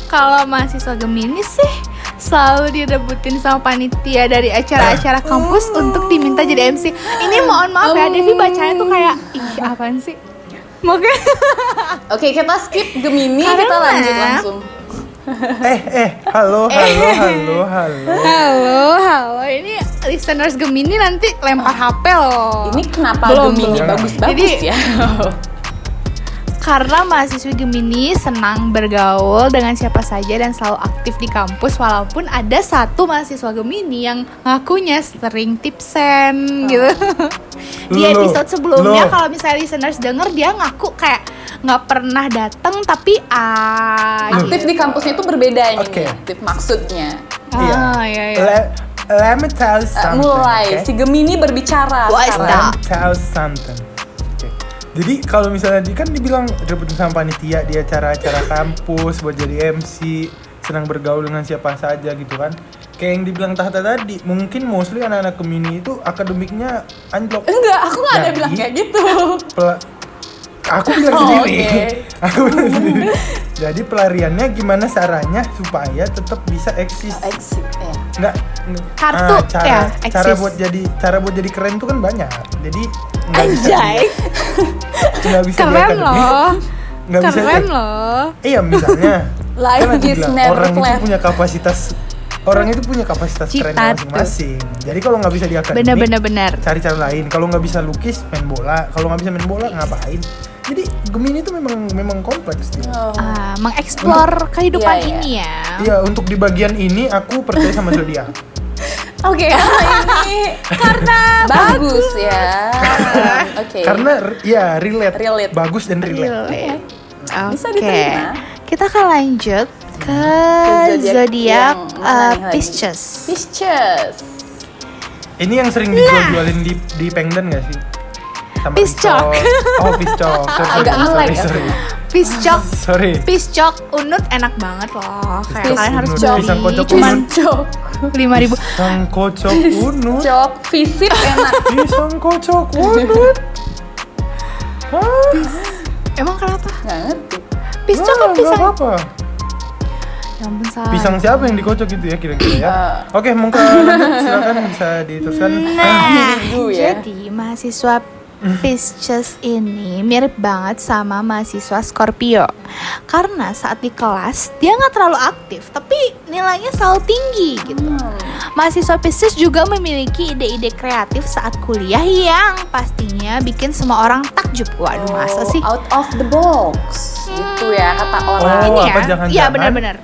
[SPEAKER 2] Kalau mahasiswa Gemini sih selalu direbutin sama panitia dari acara-acara kampus untuk diminta jadi MC. Ini mohon maaf ya, Devi bacanya tuh kayak ih apaan sih? Mungkin
[SPEAKER 3] Oke, kita skip Gemini,
[SPEAKER 2] Karena-
[SPEAKER 3] kita lanjut langsung.
[SPEAKER 1] eh eh halo halo halo halo
[SPEAKER 2] Halo, halo. Ini listeners Gemini nanti lempar HP loh.
[SPEAKER 3] Ini kenapa
[SPEAKER 2] Belum,
[SPEAKER 3] Gemini
[SPEAKER 1] belum.
[SPEAKER 3] bagus-bagus
[SPEAKER 2] Jadi-
[SPEAKER 3] ya?
[SPEAKER 2] Karena mahasiswi Gemini senang bergaul dengan siapa saja dan selalu aktif di kampus walaupun ada satu mahasiswa Gemini yang ngakunya sering tipsen gitu. di
[SPEAKER 1] Lo,
[SPEAKER 2] episode sebelumnya
[SPEAKER 1] lo.
[SPEAKER 2] kalau misalnya listeners denger dia ngaku kayak nggak pernah datang tapi ah
[SPEAKER 3] aktif di kampusnya itu berbeda ini.
[SPEAKER 1] Iya. Oke.
[SPEAKER 3] Aktif maksudnya.
[SPEAKER 2] Ah, iya, iya.
[SPEAKER 1] Le- let me tell you
[SPEAKER 3] Eh,
[SPEAKER 1] something
[SPEAKER 3] mulai
[SPEAKER 1] okay?
[SPEAKER 3] si Gemini berbicara
[SPEAKER 2] Wah,
[SPEAKER 1] Let
[SPEAKER 3] sekarang.
[SPEAKER 2] stop.
[SPEAKER 1] me tell something. Oke. Jadi kalau misalnya di, kan dibilang rebutan sama panitia di acara-acara kampus buat jadi MC, senang bergaul dengan siapa saja gitu kan. Kayak yang dibilang Tahta tadi, mungkin mostly anak-anak Gemini itu akademiknya anjlok.
[SPEAKER 3] Enggak, aku nggak ada
[SPEAKER 1] Jadi-
[SPEAKER 3] bilang kayak gitu.
[SPEAKER 1] Pela- aku bilang
[SPEAKER 3] Oh,
[SPEAKER 1] sendiri.
[SPEAKER 3] oke.
[SPEAKER 1] aku bilang sendiri. Jadi pelariannya gimana caranya supaya tetap bisa eksis?
[SPEAKER 3] Exit, ya.
[SPEAKER 1] Nggak nggak-
[SPEAKER 2] Kartu,
[SPEAKER 1] ah, cara,
[SPEAKER 2] ya,
[SPEAKER 1] cara
[SPEAKER 2] eksis.
[SPEAKER 1] buat jadi cara buat jadi keren tuh kan banyak. Jadi nggak bisa
[SPEAKER 2] Anjay.
[SPEAKER 1] di- nggak bisa di
[SPEAKER 2] Keren
[SPEAKER 1] akademik,
[SPEAKER 2] loh.
[SPEAKER 1] nggak bisa
[SPEAKER 2] Keren
[SPEAKER 1] di-
[SPEAKER 2] loh.
[SPEAKER 1] Iya misalnya.
[SPEAKER 3] Life
[SPEAKER 1] kan ada
[SPEAKER 3] is
[SPEAKER 1] bilang,
[SPEAKER 3] never
[SPEAKER 1] orang itu
[SPEAKER 3] flat.
[SPEAKER 1] punya kapasitas orang itu punya kapasitas
[SPEAKER 2] Cita
[SPEAKER 1] keren
[SPEAKER 2] tuh.
[SPEAKER 1] masing-masing. Jadi kalau nggak bisa di akademik,
[SPEAKER 2] Bener bener bener.
[SPEAKER 1] cari cara lain kalau nggak bisa lukis main bola kalau nggak bisa main bola ngapain jadi gemini itu memang memang kompleks dia
[SPEAKER 3] Oh.
[SPEAKER 2] Ah, mengeksplor kehidupan
[SPEAKER 3] Iya, iya.
[SPEAKER 2] ini ya.
[SPEAKER 1] Iya, untuk di bagian ini aku percaya sama zodiak.
[SPEAKER 3] Oke, karena ini karena bagus ya. Oke.
[SPEAKER 1] Karena re- ya relate.
[SPEAKER 3] Relate.
[SPEAKER 1] bagus dan relate.
[SPEAKER 2] Relate. Iya,
[SPEAKER 3] Bisa
[SPEAKER 2] Oke.
[SPEAKER 3] diterima.
[SPEAKER 2] Kita akan lanjut ke
[SPEAKER 3] Ke zodiak
[SPEAKER 2] zodiak
[SPEAKER 3] yang
[SPEAKER 2] eh,
[SPEAKER 3] mana nih lagi?
[SPEAKER 2] Pisces.
[SPEAKER 3] Pisces.
[SPEAKER 1] Ini yang sering
[SPEAKER 2] Nah.
[SPEAKER 1] dijual-jualin di di Pengden nggak sih? Sama
[SPEAKER 2] Piscok.
[SPEAKER 1] risol. Oh, piscok. Sorry,
[SPEAKER 3] Agak
[SPEAKER 1] sorry,
[SPEAKER 3] nge-lag ya.
[SPEAKER 1] sorry,
[SPEAKER 2] Piscok,
[SPEAKER 1] sorry.
[SPEAKER 2] piscok unut enak banget loh. Kayak
[SPEAKER 1] Piscok
[SPEAKER 2] kalian harus
[SPEAKER 1] unut,
[SPEAKER 2] beli
[SPEAKER 1] pisang kocok
[SPEAKER 2] cuman
[SPEAKER 1] unut.
[SPEAKER 3] Cok,
[SPEAKER 2] 5000.
[SPEAKER 1] Pisang kocok unut.
[SPEAKER 3] cok, visip enak.
[SPEAKER 1] Pisang kocok unut. Hah?
[SPEAKER 2] Emang kenapa?
[SPEAKER 3] Nggak ngerti.
[SPEAKER 2] Piscok
[SPEAKER 1] Nah,
[SPEAKER 2] kan
[SPEAKER 1] nggak
[SPEAKER 2] pisang.
[SPEAKER 1] apa-apa.
[SPEAKER 2] Ya ampun, Sal.
[SPEAKER 1] Pisang siapa yang dikocok gitu ya kira-kira ya?
[SPEAKER 2] Ah.
[SPEAKER 1] Oke, monggo lanjut silakan bisa diteruskan.
[SPEAKER 2] Nah,
[SPEAKER 3] Minggu ya.
[SPEAKER 2] jadi mahasiswa Pisces ini mirip banget sama mahasiswa Scorpio Karena saat di kelas dia nggak terlalu aktif Tapi nilainya selalu tinggi gitu Mahasiswa Pisces juga memiliki ide-ide kreatif saat kuliah Yang pastinya bikin semua orang takjub Waduh masa sih?
[SPEAKER 3] Out of the box. Gitu ya kata orang.
[SPEAKER 1] Oh,
[SPEAKER 2] ini ya?
[SPEAKER 1] apa jangan-jangan?
[SPEAKER 2] Iya benar-benar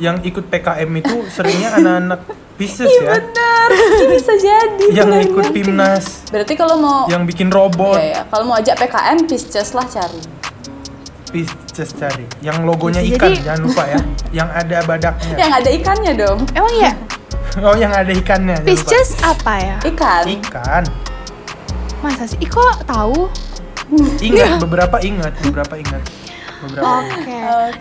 [SPEAKER 1] Yang ikut PKM itu seringnya anak-anak Pisces
[SPEAKER 2] Iya,
[SPEAKER 1] ya,
[SPEAKER 3] Benar, itu bisa jadi.
[SPEAKER 1] yang
[SPEAKER 3] benar
[SPEAKER 1] ikut
[SPEAKER 3] banget.
[SPEAKER 1] timnas,
[SPEAKER 3] Berarti kalau mau
[SPEAKER 1] yang bikin robot,
[SPEAKER 3] Iya, ya. Kalau mau ajak PKM, Pisces lah cari.
[SPEAKER 1] Pisces cari. Yang logonya
[SPEAKER 2] iya. Jadi- Ya.
[SPEAKER 1] ikan jangan lupa ya, yang ada badaknya.
[SPEAKER 3] Yang ada ikannya dong.
[SPEAKER 2] Emang ya?
[SPEAKER 1] Oh, yang ada ikannya. jangan lupa.
[SPEAKER 2] Pisces apa ya?
[SPEAKER 3] Ikan.
[SPEAKER 1] Ikan.
[SPEAKER 2] Masa sih? Iko tahu?
[SPEAKER 3] Iya.
[SPEAKER 1] Ingat beberapa ingat, beberapa ingat. Beberapa.
[SPEAKER 3] Oh.
[SPEAKER 1] ingat.
[SPEAKER 2] Oke.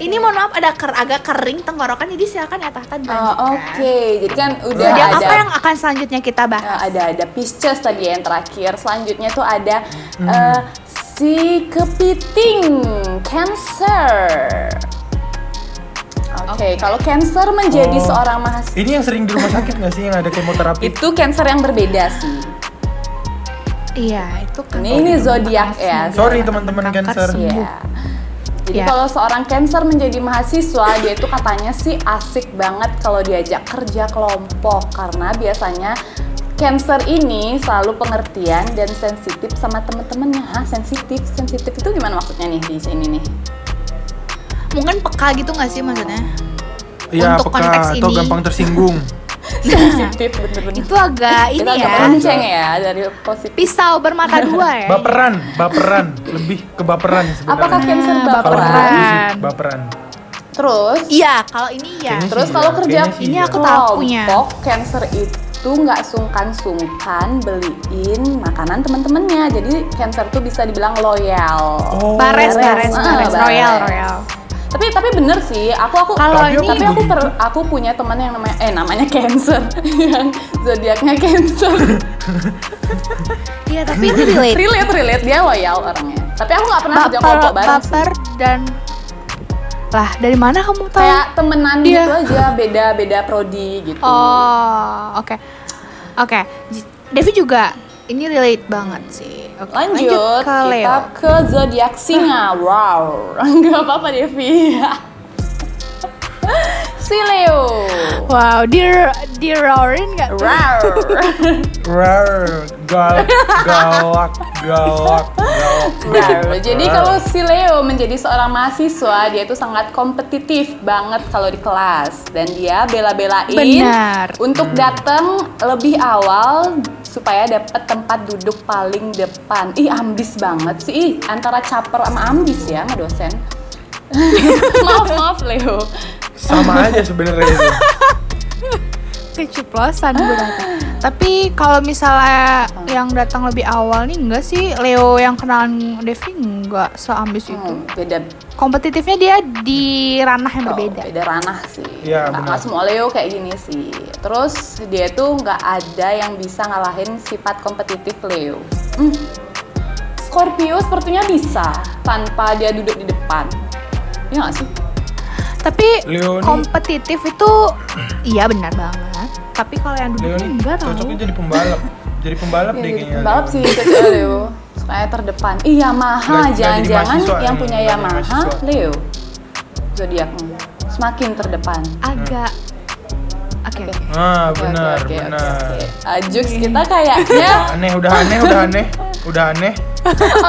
[SPEAKER 2] Ini mohon maaf ada ker- agak kering tenggorokan jadi silakan ya Tahta
[SPEAKER 3] Oh,
[SPEAKER 2] dilanjutkan.
[SPEAKER 3] Oke, jadi kan udah
[SPEAKER 2] Zodiak
[SPEAKER 3] ada.
[SPEAKER 2] Iya, apa yang akan selanjutnya kita bahas?
[SPEAKER 3] Nah, ada ada Pisces tadi yang terakhir. Selanjutnya tuh ada
[SPEAKER 1] Hmm.
[SPEAKER 3] eh, si kepiting Cancer. Oke, kalau Cancer menjadi
[SPEAKER 1] Oh.
[SPEAKER 3] seorang mahasiswa
[SPEAKER 1] Ini yang sering di rumah sakit nggak sih yang ada kemoterapi?
[SPEAKER 3] itu Cancer yang berbeda sih.
[SPEAKER 2] Iya, itu kan.
[SPEAKER 3] Ini ini zodiak ya.
[SPEAKER 1] Sorry, teman-teman Cancer.
[SPEAKER 2] ya.
[SPEAKER 3] Iya. Jadi
[SPEAKER 2] Iya.
[SPEAKER 3] kalau seorang Cancer menjadi mahasiswa, dia itu katanya sih asik banget kalau diajak kerja kelompok karena biasanya Cancer ini selalu pengertian dan sensitif sama temen-temennya. Hah, sensitif? Sensitif itu gimana maksudnya nih di sini nih?
[SPEAKER 2] Mungkin peka gitu nggak sih maksudnya?
[SPEAKER 1] Iya,
[SPEAKER 2] Untuk konteks
[SPEAKER 1] apakah atau
[SPEAKER 2] ini.
[SPEAKER 1] gampang tersinggung?
[SPEAKER 3] Sensitif bener-bener.
[SPEAKER 2] Itu agak
[SPEAKER 3] Kita
[SPEAKER 2] ini
[SPEAKER 3] agak
[SPEAKER 2] ya.
[SPEAKER 3] melenceng ya dari positif.
[SPEAKER 2] Pisau bermata dua ya.
[SPEAKER 1] Baperan, baperan, lebih ke baperan sebenarnya.
[SPEAKER 3] Apakah Cancer
[SPEAKER 2] Ah,
[SPEAKER 1] Kalau
[SPEAKER 2] baperan?
[SPEAKER 1] menurut
[SPEAKER 3] baperan?
[SPEAKER 1] aku sih baperan.
[SPEAKER 3] Terus
[SPEAKER 2] Iya, kalau ini ya.
[SPEAKER 1] Kayaknya
[SPEAKER 3] Terus
[SPEAKER 1] Iya,
[SPEAKER 3] kalau kerja
[SPEAKER 1] kayaknya sih
[SPEAKER 2] Ini
[SPEAKER 1] iya.
[SPEAKER 2] aku tahu punya.
[SPEAKER 3] kelompok Oh, cancer itu nggak sungkan-sungkan beliin makanan temen-temennya. Jadi cancer tuh bisa dibilang loyal.
[SPEAKER 1] Oh.
[SPEAKER 2] Bares, bares,
[SPEAKER 3] Bares. Ah,
[SPEAKER 2] bares,
[SPEAKER 3] bares.
[SPEAKER 2] royal, royal.
[SPEAKER 3] Tapi tapi bener sih, aku aku
[SPEAKER 2] Kalau
[SPEAKER 3] tapi,
[SPEAKER 2] ini-
[SPEAKER 3] tapi aku per- aku punya teman yang namanya eh namanya cancer yang zodiaknya cancer.
[SPEAKER 2] Iya, tapi itu relate.
[SPEAKER 3] relate relate dia loyal orangnya. Tapi aku nggak pernah kerja
[SPEAKER 2] Baper,
[SPEAKER 3] kelompok bareng. sih.
[SPEAKER 2] baper dan lah dari mana kamu tahu?
[SPEAKER 3] Kayak temenan
[SPEAKER 2] Iya.
[SPEAKER 3] gitu aja beda beda prodi gitu.
[SPEAKER 2] Oh, oke. Oke. J- Devi juga ini relate banget sih. Oke,
[SPEAKER 3] Lanjut,
[SPEAKER 2] ke
[SPEAKER 3] kita
[SPEAKER 2] Leo.
[SPEAKER 3] ke zodiak singa. Wow, nggak apa-apa Devi. si Leo.
[SPEAKER 2] Wow, di diroarin nggak tuh?
[SPEAKER 3] Rar.
[SPEAKER 1] Rar, gal, galak, galak, galak.
[SPEAKER 3] Rar. Jadi
[SPEAKER 2] Ah.
[SPEAKER 3] kalau si Leo menjadi seorang mahasiswa, dia itu sangat kompetitif banget kalau di kelas dan dia bela-belain
[SPEAKER 2] Benar. Hmm.
[SPEAKER 3] untuk datang lebih awal supaya dapat tempat duduk paling depan. Ih ambis banget sih, Ih, antara caper sama ambis ya sama dosen. maaf maaf Leo.
[SPEAKER 1] sama aja sebenarnya itu.
[SPEAKER 2] keceplosan
[SPEAKER 3] Ah.
[SPEAKER 2] gue datang. Tapi kalau misalnya yang datang lebih awal nih enggak sih Leo yang kenalan Devi enggak seambis itu.
[SPEAKER 3] Hmm, beda
[SPEAKER 2] Kompetitifnya dia di ranah yang berbeda.
[SPEAKER 3] Oh, beda ranah sih.
[SPEAKER 1] Iya,
[SPEAKER 3] Nggak-
[SPEAKER 1] benar.
[SPEAKER 3] nggak semua Leo kayak gini sih. Terus dia tuh nggak ada yang bisa ngalahin sifat kompetitif Leo. Hmm. Scorpio sepertinya bisa tanpa dia duduk di depan. Iya nggak sih?
[SPEAKER 2] Tapi
[SPEAKER 1] Leo nih-
[SPEAKER 2] kompetitif itu iya benar banget. Tapi kalau yang duduk
[SPEAKER 1] Leo
[SPEAKER 2] tuh
[SPEAKER 1] nih
[SPEAKER 2] enggak tahu.
[SPEAKER 1] cocoknya jadi pembalap. Jadi pembalap
[SPEAKER 3] Iya,
[SPEAKER 1] deh
[SPEAKER 3] jadi
[SPEAKER 1] kayaknya.
[SPEAKER 3] pembalap
[SPEAKER 1] Leo.
[SPEAKER 3] sih kecil Leo. Sukanya terdepan. Ih
[SPEAKER 1] Nggak-
[SPEAKER 3] Yamaha,
[SPEAKER 1] nggak jadi
[SPEAKER 3] jangan-jangan
[SPEAKER 1] mahasiswa
[SPEAKER 3] yang
[SPEAKER 1] nih,
[SPEAKER 3] punya
[SPEAKER 1] nggak jadi
[SPEAKER 3] Yamaha
[SPEAKER 1] mahasiswa.
[SPEAKER 3] Leo. Zodiaknya semakin terdepan.
[SPEAKER 2] Agak Oke. oke.
[SPEAKER 1] Ah,
[SPEAKER 3] Oke, oke,
[SPEAKER 1] benar,
[SPEAKER 3] oke, oke,
[SPEAKER 1] benar.
[SPEAKER 3] oke. Ah, Jux kita kayaknya
[SPEAKER 1] Aneh, udah aneh, udah aneh, udah aneh.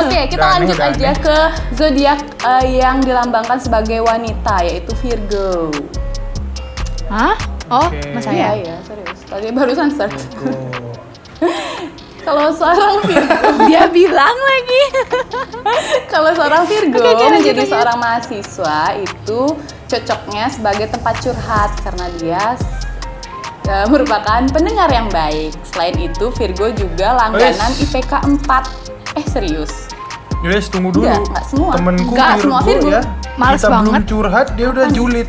[SPEAKER 3] Oke, kita
[SPEAKER 1] Udah aneh,
[SPEAKER 3] lanjut
[SPEAKER 1] udah
[SPEAKER 3] aja
[SPEAKER 1] aneh.
[SPEAKER 3] ke zodiak eh, yang dilambangkan sebagai wanita yaitu Virgo.
[SPEAKER 2] Hah? Oh,
[SPEAKER 1] Oke.
[SPEAKER 2] mas
[SPEAKER 3] Iya,
[SPEAKER 2] saya.
[SPEAKER 3] iya, serius. Tadi barusan search.
[SPEAKER 1] Tuh.
[SPEAKER 3] Kalau seorang Virgo,
[SPEAKER 2] Dia bilang lagi.
[SPEAKER 3] kalau seorang Virgo
[SPEAKER 2] Oke, oke, lanjut,
[SPEAKER 3] menjadi
[SPEAKER 2] lanjut.
[SPEAKER 3] seorang mahasiswa itu cocoknya sebagai tempat curhat karena dia eh, merupakan pendengar yang baik. Selain itu, Virgo juga langganan
[SPEAKER 1] Wes.
[SPEAKER 3] IPK 4. Eh, serius.
[SPEAKER 1] Guys, Ya tunggu dulu.
[SPEAKER 3] Nggak, nggak semua.
[SPEAKER 1] Temenku
[SPEAKER 3] Nggak
[SPEAKER 1] Virgo
[SPEAKER 3] semua Virgo.
[SPEAKER 1] ya.
[SPEAKER 2] Males
[SPEAKER 1] Kita belum
[SPEAKER 2] banget.
[SPEAKER 1] curhat, dia udah julid.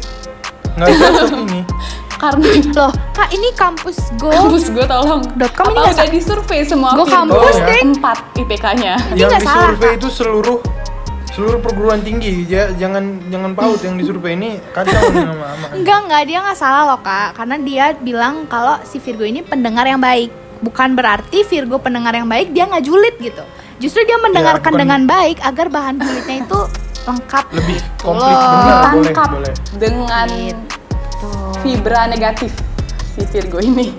[SPEAKER 1] Nggak cocok ini.
[SPEAKER 3] Karena
[SPEAKER 2] Loh, Kak, ini kampus gold.
[SPEAKER 3] kampus gue tolong
[SPEAKER 2] Dot com ini nggak
[SPEAKER 3] Apa udah disurvei semua
[SPEAKER 2] Gua
[SPEAKER 3] Virgo?
[SPEAKER 1] kampus, Dek.
[SPEAKER 3] empat IPK-nya
[SPEAKER 2] Ini
[SPEAKER 1] yang
[SPEAKER 2] nggak salah,
[SPEAKER 1] disurvei
[SPEAKER 2] Kak.
[SPEAKER 1] itu seluruh seluruh perguruan tinggi ya jangan jangan paut yang disurvei ini kacau nih sama sama
[SPEAKER 2] Enggak, enggak, dia nggak salah loh kak Karena dia bilang kalau si Virgo ini pendengar yang baik Bukan berarti Virgo pendengar yang baik, dia nggak julid gitu Justru dia mendengarkan
[SPEAKER 1] Iya, bukan-
[SPEAKER 2] dengan baik agar bahan julidnya itu lengkap
[SPEAKER 1] lebih
[SPEAKER 2] gitu
[SPEAKER 1] komplit
[SPEAKER 2] loh.
[SPEAKER 1] benar boleh
[SPEAKER 3] tangkap
[SPEAKER 1] Eh, boleh
[SPEAKER 3] dengan
[SPEAKER 2] Gitu.
[SPEAKER 3] vibra negatif si Virgo ini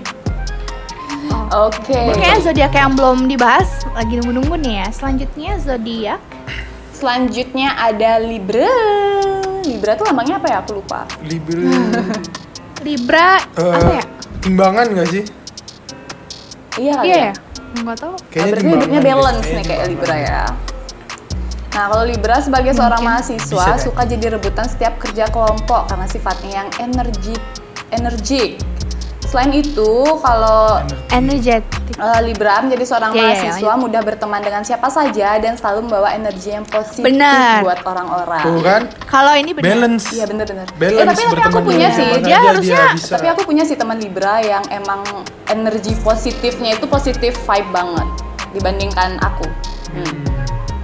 [SPEAKER 3] oke
[SPEAKER 2] Oh. Oke,
[SPEAKER 1] gitu.
[SPEAKER 2] zodiak yang belum dibahas lagi nunggu-nunggu nih ya. Selanjutnya zodiak
[SPEAKER 3] selanjutnya ada Libra Libra tuh lambangnya apa ya aku lupa
[SPEAKER 1] libel
[SPEAKER 3] Hmm.
[SPEAKER 2] Libra
[SPEAKER 1] Eh,
[SPEAKER 2] apa ya?
[SPEAKER 1] timbangan nggak sih
[SPEAKER 3] iya kali
[SPEAKER 2] Iya
[SPEAKER 3] ya?
[SPEAKER 2] ya? Enggak tahu.
[SPEAKER 3] Nah,
[SPEAKER 1] kayaknya
[SPEAKER 3] berarti hidupnya
[SPEAKER 1] deh,
[SPEAKER 3] balance
[SPEAKER 1] kayaknya
[SPEAKER 3] nih kayak
[SPEAKER 1] timbangan.
[SPEAKER 3] Libra ya. Nah, kalau Libra sebagai seorang mahasiswa
[SPEAKER 1] Bisa deh.
[SPEAKER 3] suka jadi rebutan setiap kerja kelompok karena sifatnya yang energi energik. Selain itu, kalau
[SPEAKER 2] Energetic.
[SPEAKER 3] eh, Libra menjadi seorang
[SPEAKER 2] Iya, iya,
[SPEAKER 3] mahasiswa mudah berteman dengan siapa saja dan selalu membawa energi yang positif
[SPEAKER 2] Benar.
[SPEAKER 3] buat
[SPEAKER 1] tuh
[SPEAKER 3] orang-orang.
[SPEAKER 1] kan
[SPEAKER 2] Kalau ini benar.
[SPEAKER 1] balance
[SPEAKER 3] Iya bener-bener.
[SPEAKER 1] balance
[SPEAKER 3] Eh, tapi tapi aku
[SPEAKER 1] berteman
[SPEAKER 3] punya
[SPEAKER 1] dengan
[SPEAKER 3] sih.
[SPEAKER 1] siapa
[SPEAKER 2] dia
[SPEAKER 1] saja
[SPEAKER 2] harusnya-
[SPEAKER 1] bisa.
[SPEAKER 3] Tapi aku punya sih teman Libra yang emang energi positifnya itu positif vibe banget dibandingkan aku. Hmm.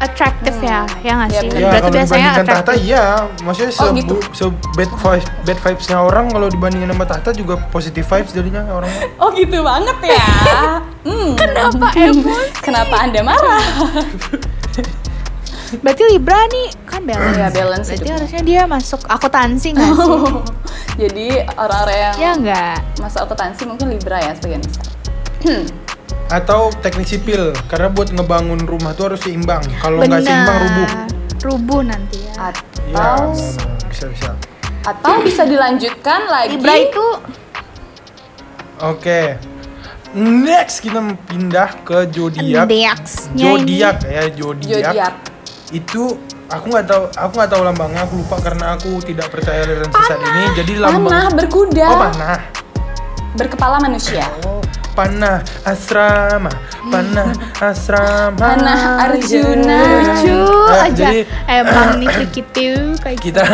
[SPEAKER 2] Attractive ya, ya nggak
[SPEAKER 3] Iya,
[SPEAKER 2] sih?
[SPEAKER 1] Iya,
[SPEAKER 3] benar.
[SPEAKER 2] Libra
[SPEAKER 1] kalau
[SPEAKER 2] tuh biasanya
[SPEAKER 1] dibandingkan tahta
[SPEAKER 2] attractive.
[SPEAKER 1] iya, maksudnya se,
[SPEAKER 3] Oh, gitu.
[SPEAKER 1] se bad vibes bad vibes-nya orang kalau dibandingin sama tahta juga positive vibes jadinya orang.
[SPEAKER 3] Oh gitu banget ya. Hmm.
[SPEAKER 2] Kenapa emosi?
[SPEAKER 3] Kenapa anda marah?
[SPEAKER 1] iya.
[SPEAKER 2] Berarti Libra nih kan balance.
[SPEAKER 3] Iya, balance
[SPEAKER 2] Berarti
[SPEAKER 3] hidupnya.
[SPEAKER 2] harusnya dia masuk akuntansi nggak sih?
[SPEAKER 3] Jadi orang-orang yang
[SPEAKER 2] ya nggak.
[SPEAKER 3] masuk akuntansi mungkin Libra ya sebagian besar.
[SPEAKER 1] Atau teknik sipil karena buat ngebangun rumah tuh harus seimbang. Kalau nggak seimbang rubuh.
[SPEAKER 2] Rubuh nanti ya.
[SPEAKER 1] Iya,
[SPEAKER 3] Atau
[SPEAKER 1] bisa bisa.
[SPEAKER 3] atau bisa dilanjutkan lagi.
[SPEAKER 2] Libra itu
[SPEAKER 1] Oke. Next kita pindah ke zodiak.
[SPEAKER 2] zodiaksnya ini.
[SPEAKER 1] Zodiak ya, zodiak.
[SPEAKER 3] Zodiak.
[SPEAKER 1] Itu aku nggak tahu, aku nggak tahu lambangnya, aku lupa karena aku tidak percaya aliran sesat ini. Jadi
[SPEAKER 3] Panah
[SPEAKER 1] lambang
[SPEAKER 3] berkuda,
[SPEAKER 1] Oh, panah.
[SPEAKER 3] berkepala manusia.
[SPEAKER 1] Oh, panah asrama, panah asrama.
[SPEAKER 3] Panah Arjuna.
[SPEAKER 2] lucu
[SPEAKER 1] Nah,
[SPEAKER 2] aja.
[SPEAKER 1] jadi-
[SPEAKER 2] Emang nih Vicky tuh kayak gitu.
[SPEAKER 1] Kita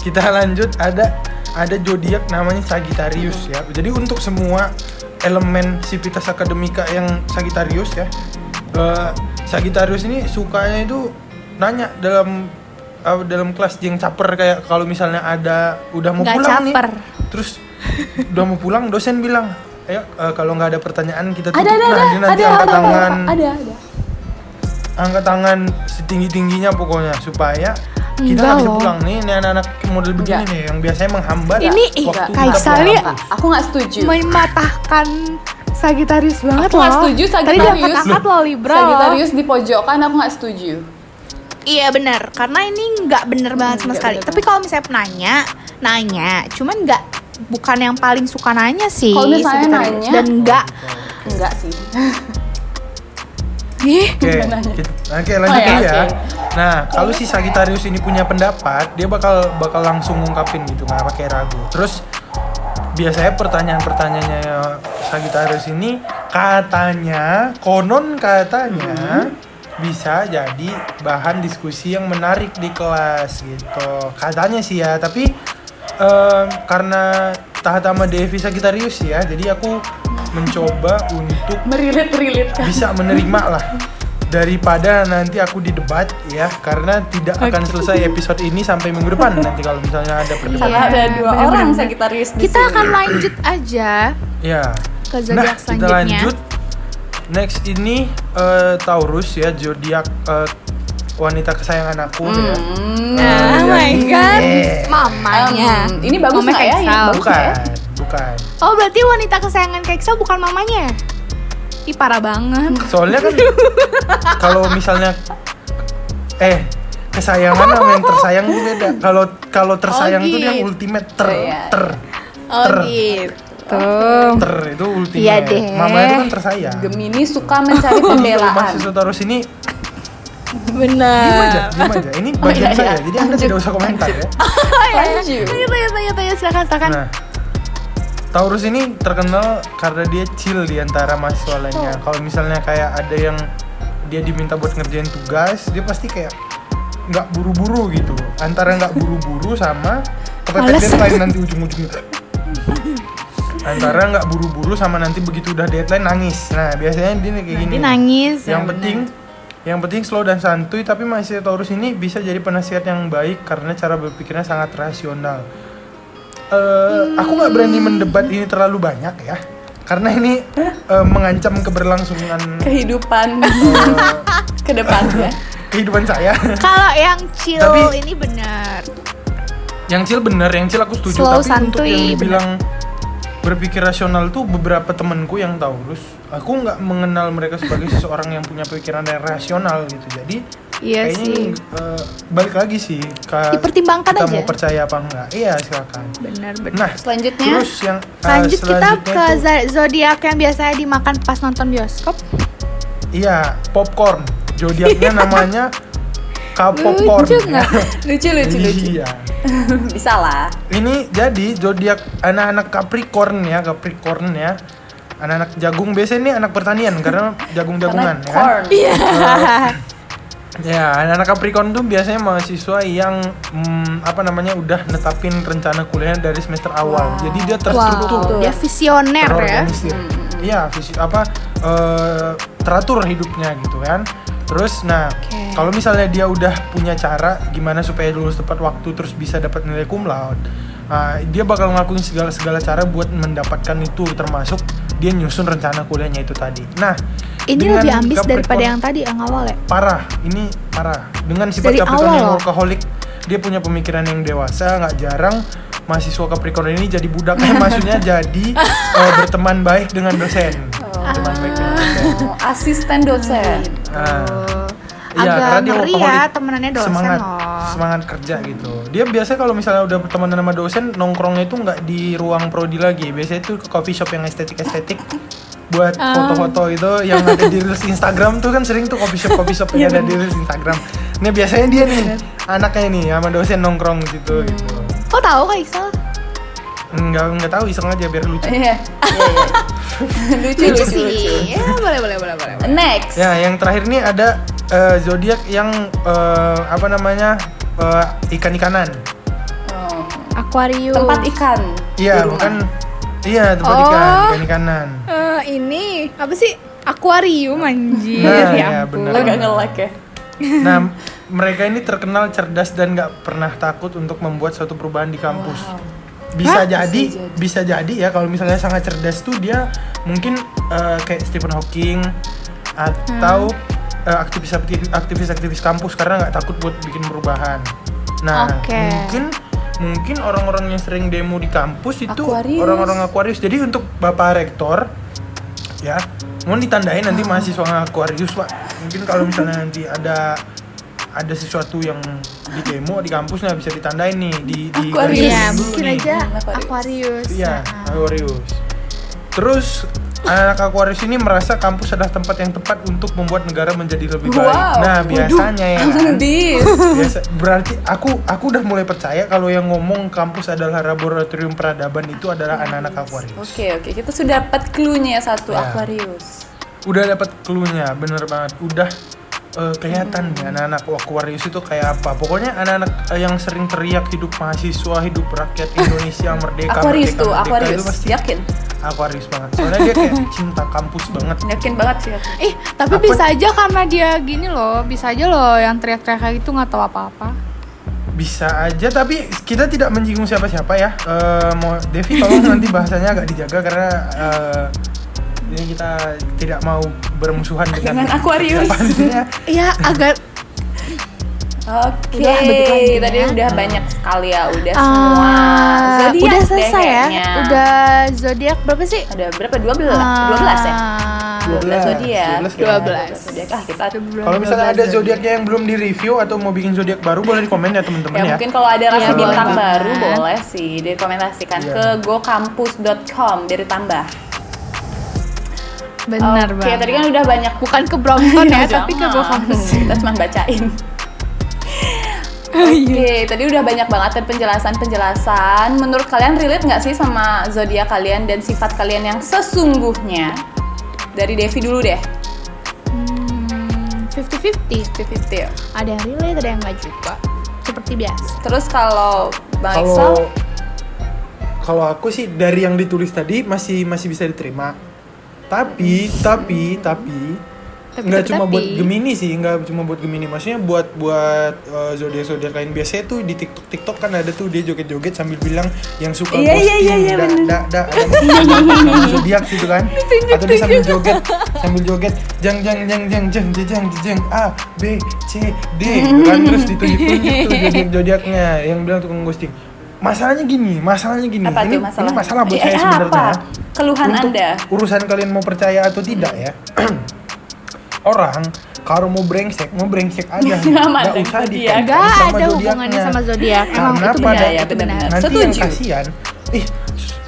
[SPEAKER 1] kita lanjut ada ada zodiak namanya Sagittarius ya. Jadi untuk semua elemen sivitas akademika yang Sagittarius ya. eh, Sagittarius ini sukanya itu nanya dalam eh, dalam kelas dia yang caper kayak kalau misalnya ada udah mau
[SPEAKER 2] Nggak
[SPEAKER 1] pulang
[SPEAKER 2] caper.
[SPEAKER 1] nih. Terus udah mau pulang dosen bilang, "Ayo eh, kalau nggak ada pertanyaan kita tutup
[SPEAKER 3] Ada ada
[SPEAKER 1] nah,
[SPEAKER 3] ada
[SPEAKER 1] dia
[SPEAKER 3] ada
[SPEAKER 1] nanti
[SPEAKER 3] ada
[SPEAKER 1] angkat
[SPEAKER 3] ada
[SPEAKER 1] tangan."
[SPEAKER 3] ada ada.
[SPEAKER 1] angkat tangan setinggi tingginya pokoknya supaya
[SPEAKER 2] Enggak
[SPEAKER 1] kita nggak bisa
[SPEAKER 2] loh.
[SPEAKER 1] pulang nih ini anak-anak model begini
[SPEAKER 3] Enggak.
[SPEAKER 1] nih yang biasanya menghambat
[SPEAKER 2] Ini
[SPEAKER 1] waktu kan.
[SPEAKER 2] ih,
[SPEAKER 1] untuk
[SPEAKER 2] Kaisar
[SPEAKER 1] pulang.
[SPEAKER 2] ya.
[SPEAKER 3] Nggak, aku nggak
[SPEAKER 1] Gitu.
[SPEAKER 3] setuju.
[SPEAKER 2] mematahkan Sagitarius banget
[SPEAKER 3] Aku
[SPEAKER 2] loh.
[SPEAKER 3] nggak setuju
[SPEAKER 2] Tadi
[SPEAKER 3] Sagittarius.
[SPEAKER 2] diangkat-angkat loh Libra. loh.
[SPEAKER 3] Sagittarius di pojokan aku nggak setuju.
[SPEAKER 2] Iya benar, karena ini nggak bener banget sama
[SPEAKER 3] Hmm, nggak
[SPEAKER 2] sekali.
[SPEAKER 3] bener
[SPEAKER 2] Tapi kalau misalnya nanya, nanya, cuman nggak bukan yang paling suka nanya sih.
[SPEAKER 3] Kalau misalnya
[SPEAKER 2] Sagittarius.
[SPEAKER 3] nanya-
[SPEAKER 2] dan nggak,
[SPEAKER 3] Enggak sih.
[SPEAKER 2] ih,
[SPEAKER 1] Oke,
[SPEAKER 3] Nanya.
[SPEAKER 1] kita- oke lanjut
[SPEAKER 3] Oh ya,
[SPEAKER 1] dulu ya.
[SPEAKER 3] oke.
[SPEAKER 1] Nah, kalau si Sagittarius ini punya pendapat, dia bakal bakal langsung ngungkapin gitu, nggak pakai ragu. Terus biasanya pertanyaan-pertanyaannya Sagittarius ini katanya, konon katanya
[SPEAKER 3] Hmm.
[SPEAKER 1] bisa jadi bahan diskusi yang menarik di kelas gitu. Katanya sih ya, tapi em, karena Tahatama Devi Sagittarius ya, jadi aku mencoba untuk
[SPEAKER 3] Merilit-rilit kan.
[SPEAKER 1] bisa menerima lah daripada nanti aku didebat ya karena tidak akan selesai episode ini sampai minggu depan nanti kalau misalnya ada
[SPEAKER 3] Karena
[SPEAKER 1] perdebatan
[SPEAKER 2] Iya,
[SPEAKER 3] ada dua
[SPEAKER 2] bener-bener.
[SPEAKER 3] orang Sagittarius di
[SPEAKER 2] kita
[SPEAKER 3] sini.
[SPEAKER 2] akan lanjut aja
[SPEAKER 1] ya
[SPEAKER 2] Ke zodiak
[SPEAKER 1] nah kita
[SPEAKER 2] selanjutnya.
[SPEAKER 1] lanjut next ini eh, Taurus ya zodiak eh, wanita kesayangan aku ya
[SPEAKER 3] Hmm.
[SPEAKER 1] Oh my God.
[SPEAKER 2] Nah, mamanya.
[SPEAKER 3] Um, ini bagus
[SPEAKER 2] Mamanya
[SPEAKER 3] nggak
[SPEAKER 1] Iya,
[SPEAKER 3] ya? Ini
[SPEAKER 2] Kaisal.
[SPEAKER 3] bagus nggak
[SPEAKER 1] bukan
[SPEAKER 3] ya?
[SPEAKER 1] bukan
[SPEAKER 2] Oh berarti wanita kesayangan Keksa bukan mamanya? ya? Ih parah banget.
[SPEAKER 1] soalnya kan kalau misalnya eh kesayangan sama yang tersayang itu beda kalau kalau tersayang itu dia
[SPEAKER 2] gitu.
[SPEAKER 1] ultimate ter
[SPEAKER 3] Oh, iya.
[SPEAKER 1] ter
[SPEAKER 2] Oh
[SPEAKER 1] ter
[SPEAKER 2] gitu.
[SPEAKER 1] ter itu ultimate
[SPEAKER 2] Iya deh.
[SPEAKER 1] mama itu kan tersayang
[SPEAKER 3] Gemini suka mencari
[SPEAKER 1] Mas
[SPEAKER 3] pembelaan.
[SPEAKER 1] Susu Taurus ini diem
[SPEAKER 2] Benar.
[SPEAKER 1] aja, diem aja. Ini
[SPEAKER 2] Oh,
[SPEAKER 1] bagian
[SPEAKER 3] iya,
[SPEAKER 1] saya,
[SPEAKER 3] iya.
[SPEAKER 1] jadi anda tidak usah komentar ya.
[SPEAKER 3] Lanjut.
[SPEAKER 2] Tanya tanya tanya tanya silakan silakan.
[SPEAKER 1] Nah, Taurus ini terkenal karena dia chill di antara mahasiswa lainnya. Kalau misalnya kayak ada yang dia diminta buat ngerjain tugas, dia pasti kayak nggak buru-buru gitu. Antara nggak buru-buru sama kepepet
[SPEAKER 2] Males.
[SPEAKER 1] deadline nanti ujung-ujungnya. Antara nggak buru-buru sama nanti begitu udah deadline nangis. Nah, biasanya dia kayak gini.
[SPEAKER 2] Dia nangis.
[SPEAKER 1] yang
[SPEAKER 2] ya,
[SPEAKER 1] penting yang penting slow dan santuy tapi masih Taurus ini bisa jadi penasihat yang baik karena cara berpikirnya sangat rasional Eh, aku nggak berani mendebat ini terlalu banyak ya karena ini eh, mengancam keberlangsungan eh,
[SPEAKER 3] Kehidupan ke depannya.
[SPEAKER 1] kehidupan saya
[SPEAKER 2] benar. Kalau yang chill
[SPEAKER 1] Tapi-
[SPEAKER 2] ini benar.
[SPEAKER 1] yang cil bener yang cil aku setuju
[SPEAKER 2] Slow,
[SPEAKER 1] tapi untuk
[SPEAKER 2] santuy,
[SPEAKER 1] yang
[SPEAKER 2] bener.
[SPEAKER 1] dibilang berpikir rasional tuh beberapa temenku yang Taurus aku nggak mengenal mereka sebagai seseorang yang punya pikiran yang rasional gitu jadi
[SPEAKER 2] Iya
[SPEAKER 1] kayaknya
[SPEAKER 2] sih.
[SPEAKER 1] eh, balik lagi sih ke
[SPEAKER 2] Dipertimbangkan
[SPEAKER 1] kita
[SPEAKER 2] aja.
[SPEAKER 1] mau percaya apa enggak iya silakan
[SPEAKER 2] Benar benar.
[SPEAKER 1] nah
[SPEAKER 2] selanjutnya.
[SPEAKER 1] terus yang eh,
[SPEAKER 2] Lanjut kita
[SPEAKER 1] selanjutnya
[SPEAKER 2] ke
[SPEAKER 1] itu-
[SPEAKER 2] za- zodiak yang biasanya dimakan pas nonton bioskop.
[SPEAKER 1] iya popcorn zodiaknya namanya kapopcorn
[SPEAKER 2] Lucu nggak?
[SPEAKER 3] Lucu lucu lucu.
[SPEAKER 1] iya
[SPEAKER 3] Bisa lah.
[SPEAKER 1] ini jadi zodiak anak-anak Capricorn ya Capricorn ya anak-anak jagung biasanya ini anak pertanian karena jagung-jagungan
[SPEAKER 3] Karena
[SPEAKER 1] ya kan
[SPEAKER 3] corn.
[SPEAKER 1] Ya, anak-anak Capricorn tuh biasanya mahasiswa yang mm, apa namanya udah netapin rencana kuliahnya dari semester awal. Jadi dia terstruktur,
[SPEAKER 2] Wow, dia visioner ya.
[SPEAKER 1] terorganisir. Iya, visi apa eh, teratur hidupnya gitu kan. Terus nah,
[SPEAKER 2] Oke.
[SPEAKER 1] kalau misalnya dia udah punya cara gimana supaya lulus tepat waktu terus bisa dapat nilai cum laude, nah, dia bakal ngelakuin segala-segala cara buat mendapatkan itu termasuk dia nyusun rencana kuliahnya itu tadi. Nah,
[SPEAKER 2] Ini
[SPEAKER 1] dengan
[SPEAKER 2] lebih ambis daripada
[SPEAKER 1] Capricorn-
[SPEAKER 2] yang tadi yang awal ya.
[SPEAKER 1] parah ini parah dengan sifat
[SPEAKER 2] Dari
[SPEAKER 1] Capricorn
[SPEAKER 2] awal
[SPEAKER 1] yang
[SPEAKER 2] loh.
[SPEAKER 1] workaholic dia punya pemikiran yang dewasa nggak jarang mahasiswa Capricorn ini jadi budak eh, maksudnya jadi eh, berteman baik dengan dosen
[SPEAKER 2] Oh, Ah.
[SPEAKER 1] berteman baik dengan dosen
[SPEAKER 3] Oh, asisten dosen.
[SPEAKER 1] Nah,
[SPEAKER 2] Agak
[SPEAKER 1] iya, karena dia
[SPEAKER 2] ngeri
[SPEAKER 1] workaholic.
[SPEAKER 2] ya temenannya dosen
[SPEAKER 1] semangat,
[SPEAKER 2] loh.
[SPEAKER 1] semangat kerja gitu dia biasa kalau misalnya udah berteman sama dosen nongkrongnya itu nggak di ruang prodi lagi biasanya itu ke coffee shop yang estetik estetik buat
[SPEAKER 2] Ah.
[SPEAKER 1] foto-foto itu yang ada di reels Instagram tuh kan sering tuh coffee shop coffee shop
[SPEAKER 2] Iya,
[SPEAKER 1] yang ada di reels Instagram ini biasanya dia nih anaknya nih sama dosen nongkrong
[SPEAKER 2] Hmm.
[SPEAKER 1] gitu gitu
[SPEAKER 2] Kok tahu Kak Iksal?
[SPEAKER 1] nggak nggak tahu iseng aja biar
[SPEAKER 2] Eh.
[SPEAKER 1] lucu
[SPEAKER 3] Iya. Iya, iya. Lucu
[SPEAKER 2] Lucu
[SPEAKER 3] lucu lucu.
[SPEAKER 2] sih. Ya, boleh boleh boleh boleh.
[SPEAKER 3] Next.
[SPEAKER 1] Ya, yang terakhir nih ada eh, zodiak yang eh, apa namanya eh, ikan-ikanan.
[SPEAKER 3] Oh,
[SPEAKER 2] Aquarius.
[SPEAKER 3] Tempat ikan. Di
[SPEAKER 1] Iya,
[SPEAKER 3] rumah.
[SPEAKER 1] bukan. Iya, tempat
[SPEAKER 2] Oh.
[SPEAKER 1] ikan, ikan-ikanan.
[SPEAKER 2] Eh, ini apa sih? Akuarium anjir ya.
[SPEAKER 1] Nah, iya,
[SPEAKER 2] ampun.
[SPEAKER 1] benar.
[SPEAKER 3] Lo gak nge-like ya?
[SPEAKER 1] Nah, m- mereka ini terkenal cerdas dan nggak pernah takut untuk membuat suatu perubahan di kampus.
[SPEAKER 2] Hah?
[SPEAKER 1] Bisa jadi,
[SPEAKER 3] Bisa jadi.
[SPEAKER 1] bisa jadi ya kalau misalnya sangat cerdas tuh dia mungkin eh, kayak Stephen Hawking atau eh, aktivis-aktivis aktivis-aktivis kampus karena nggak takut buat bikin perubahan. Nah,
[SPEAKER 2] Oke.
[SPEAKER 1] mungkin mungkin orang-orang yang sering demo di kampus itu
[SPEAKER 3] Aquarius.
[SPEAKER 1] orang-orang Aquarius. Jadi untuk Bapak Rektor ya, mohon ditandain nanti mahasiswa Aquarius, Pak. Mungkin kalau misalnya nanti ada ada sesuatu yang di demo di kampus nah bisa ditandain nih di di
[SPEAKER 3] Aquarius.
[SPEAKER 1] garis
[SPEAKER 2] Iya,
[SPEAKER 1] dulu
[SPEAKER 2] mungkin
[SPEAKER 1] nih.
[SPEAKER 2] aja
[SPEAKER 3] Aquarius.
[SPEAKER 2] Aquarius.
[SPEAKER 1] Iya,
[SPEAKER 2] Nah.
[SPEAKER 1] Aquarius. Terus anak Aquarius ini merasa kampus adalah tempat yang tepat untuk membuat negara menjadi lebih baik.
[SPEAKER 3] Wow.
[SPEAKER 1] Nah,
[SPEAKER 3] Waduh.
[SPEAKER 1] biasanya ya. kan?
[SPEAKER 3] Dis.
[SPEAKER 1] Biasa, berarti aku aku udah mulai percaya kalau yang ngomong kampus adalah laboratorium peradaban itu adalah anak-anak Aquarius.
[SPEAKER 3] Oke oke kita sudah dapat clue-nya satu
[SPEAKER 1] Ya.
[SPEAKER 3] Aquarius.
[SPEAKER 1] Udah dapat clue-nya, bener banget. Udah eh, kelihatan nih anak-anak Aquarius itu kayak apa. Pokoknya anak-anak eh, yang sering teriak hidup mahasiswa, hidup rakyat Indonesia merdeka,
[SPEAKER 3] Aquarius
[SPEAKER 1] merdeka,
[SPEAKER 3] tuh
[SPEAKER 1] merdeka,
[SPEAKER 3] Aquarius
[SPEAKER 1] itu pasti
[SPEAKER 3] yakin
[SPEAKER 1] Aquarius banget. Soalnya dia kayak cinta kampus banget.
[SPEAKER 3] yakin banget sih. aku.
[SPEAKER 2] Ih, eh, tapi
[SPEAKER 1] Apa-
[SPEAKER 2] bisa aja karena dia gini loh, bisa aja loh yang teriak-teriak kayak gitu nggak tahu apa-apa.
[SPEAKER 1] Bisa aja, tapi kita tidak menyinggung siapa-siapa ya. Eh, mau Devi tolong nanti bahasanya agak dijaga karena eh, ini kita tidak mau bermusuhan dengan,
[SPEAKER 3] Dengan Aquarius.
[SPEAKER 1] siapa nantinya.
[SPEAKER 2] Iya, agak
[SPEAKER 3] Oke,
[SPEAKER 2] Udah, lanjut lagi
[SPEAKER 3] tadi
[SPEAKER 2] ya.
[SPEAKER 3] udah banyak sekali ya, udah semua.
[SPEAKER 2] ah,
[SPEAKER 3] Zodiak
[SPEAKER 2] udah
[SPEAKER 3] deh
[SPEAKER 2] selesai ya.
[SPEAKER 3] kayaknya.
[SPEAKER 2] Udah zodiak berapa sih?
[SPEAKER 3] ada berapa? 12 12 ya.
[SPEAKER 2] Ah,
[SPEAKER 1] 12.
[SPEAKER 3] 12 zodiak.
[SPEAKER 1] 12 kayaknya.
[SPEAKER 2] 12.
[SPEAKER 3] zodiak. Ah, kita
[SPEAKER 1] Kalau misalnya ada zodiaknya yang belum direview atau mau bikin zodiak baru boleh di komen ya teman-teman
[SPEAKER 3] Ya,
[SPEAKER 1] ya.
[SPEAKER 3] mungkin kalau ada rasa
[SPEAKER 2] Iya,
[SPEAKER 3] bintang
[SPEAKER 2] boleh.
[SPEAKER 3] baru boleh sih direkomendasikan
[SPEAKER 1] Iya.
[SPEAKER 3] ke gokampus.com dari tambah.
[SPEAKER 2] Benar
[SPEAKER 3] Oke,
[SPEAKER 2] banget.
[SPEAKER 3] tadi kan udah banyak
[SPEAKER 2] bukan ke Brompton ya,
[SPEAKER 3] Jangan.
[SPEAKER 2] tapi ke Go Kampus.
[SPEAKER 3] Nah, Kita cuma bacain.
[SPEAKER 2] Oh,
[SPEAKER 3] Oke,
[SPEAKER 2] iya.
[SPEAKER 3] tadi udah banyak banget dan penjelasan-penjelasan. Menurut kalian relate nggak sih sama zodiak kalian dan sifat kalian yang sesungguhnya? Dari Devi dulu deh.
[SPEAKER 2] Hmm, 50-50.
[SPEAKER 3] 50-50.
[SPEAKER 2] Ada yang relate, ada yang nggak juga. Seperti biasa.
[SPEAKER 3] Terus kalau Bang Iksal,
[SPEAKER 1] Kalau kalau aku sih dari yang ditulis tadi masih masih bisa diterima. Tapi tapi tapi
[SPEAKER 2] Tapi,
[SPEAKER 1] nggak
[SPEAKER 2] tapi,
[SPEAKER 1] cuma
[SPEAKER 2] tapi.
[SPEAKER 1] buat Gemini sih nggak cuma buat Gemini maksudnya buat buat eh, zodiak zodiak lain biasanya tuh di TikTok TikTok kan ada tuh dia joget joget sambil bilang yang suka
[SPEAKER 3] Iya, iya,
[SPEAKER 1] ghosting
[SPEAKER 3] iya, iya,
[SPEAKER 1] da,
[SPEAKER 3] bener.
[SPEAKER 1] da da ada yang suka sama zodiak gitu kan atau dia sambil joget sambil joget jang jang jang jang jang jang jang jang A B C D gitu kan terus ditunjuk tunjuk tuh zodiak zodiaknya yang bilang tukang ghosting masalahnya gini masalahnya gini
[SPEAKER 3] apa
[SPEAKER 1] ini,
[SPEAKER 3] tuh masalah?
[SPEAKER 1] ini masalah buat
[SPEAKER 3] Eh,
[SPEAKER 1] saya
[SPEAKER 3] apa?
[SPEAKER 1] sebenarnya
[SPEAKER 3] Keluhan
[SPEAKER 1] untuk
[SPEAKER 3] Anda.
[SPEAKER 1] urusan kalian mau percaya atau tidak ya orang kalau mau brengsek mau brengsek aja nggak
[SPEAKER 3] Nyaman dengan
[SPEAKER 1] usah
[SPEAKER 3] zodiak.
[SPEAKER 1] dikaitkan
[SPEAKER 2] Nggak
[SPEAKER 1] Eh, sama
[SPEAKER 2] ada
[SPEAKER 1] zodiaknya.
[SPEAKER 2] hubungannya sama zodiak. Emang
[SPEAKER 1] karena
[SPEAKER 2] itu
[SPEAKER 1] pada
[SPEAKER 2] benar.
[SPEAKER 1] ya.
[SPEAKER 3] Iya, iya,
[SPEAKER 2] itu benar.
[SPEAKER 3] benar-benar.
[SPEAKER 1] nanti yang
[SPEAKER 3] Setuju.
[SPEAKER 1] kasihan ih s-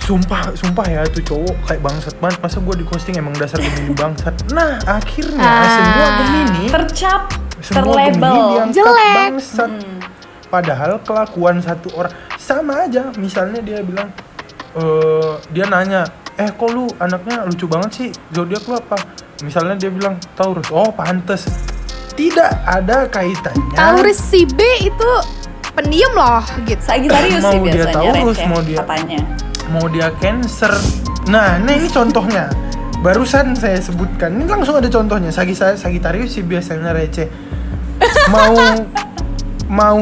[SPEAKER 1] sumpah sumpah ya tuh cowok kayak bangsat banget masa gue di ghosting emang dasar gemini bangsat nah akhirnya
[SPEAKER 2] Ah.
[SPEAKER 1] semua gemini
[SPEAKER 3] Tercap,
[SPEAKER 1] semua
[SPEAKER 3] terlabel.
[SPEAKER 1] Gemini dianggap
[SPEAKER 2] Jelek. Hmm.
[SPEAKER 1] bangsat. Padahal kelakuan satu orang sama aja. Misalnya dia bilang, eh, dia nanya, eh kok lu anaknya lucu banget sih, zodiak lu apa? Misalnya dia bilang Taurus, oh pantes. Tidak ada kaitannya.
[SPEAKER 2] Taurus si B itu pendiam loh gitu.
[SPEAKER 3] Sagittarius sih
[SPEAKER 1] Mau dia
[SPEAKER 3] biasanya
[SPEAKER 1] Taurus,
[SPEAKER 3] receh
[SPEAKER 1] mau dia-
[SPEAKER 3] katanya.
[SPEAKER 1] Mau dia Cancer. Nah, nah ini contohnya. Barusan saya sebutkan, ini langsung ada contohnya. Sagi Sagitarius sih biasanya receh. Mau mau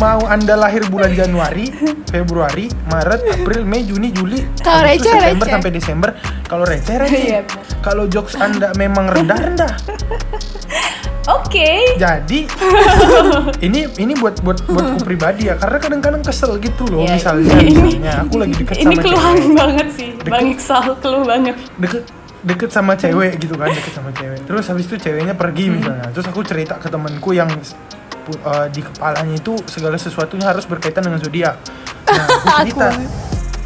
[SPEAKER 1] mau Anda lahir bulan Januari, Februari, Maret, April, Mei, Juni, Juli,
[SPEAKER 2] Kalau
[SPEAKER 1] habis itu
[SPEAKER 2] receh,
[SPEAKER 1] September
[SPEAKER 2] receh.
[SPEAKER 1] sampai Desember, kalau receh
[SPEAKER 3] Iya,
[SPEAKER 1] receh.
[SPEAKER 3] benar.
[SPEAKER 1] Kalau jokes Anda memang rendah-rendah.
[SPEAKER 3] Oke.
[SPEAKER 1] Jadi ini ini buat buat buatku pribadi ya, karena kadang-kadang kesel gitu loh.
[SPEAKER 3] Ya,
[SPEAKER 1] misalnya,
[SPEAKER 3] ini-
[SPEAKER 1] misalnya aku lagi dekat sama
[SPEAKER 3] Ini keluhan
[SPEAKER 1] cewek.
[SPEAKER 3] banget sih, Bang Iksal keluh banget.
[SPEAKER 1] deket deket sama cewek gitu kan deket sama cewek terus habis itu ceweknya pergi misalnya terus aku cerita ke temanku yang pu- eh, di kepalanya itu segala sesuatunya harus berkaitan dengan zodiak nah aku cerita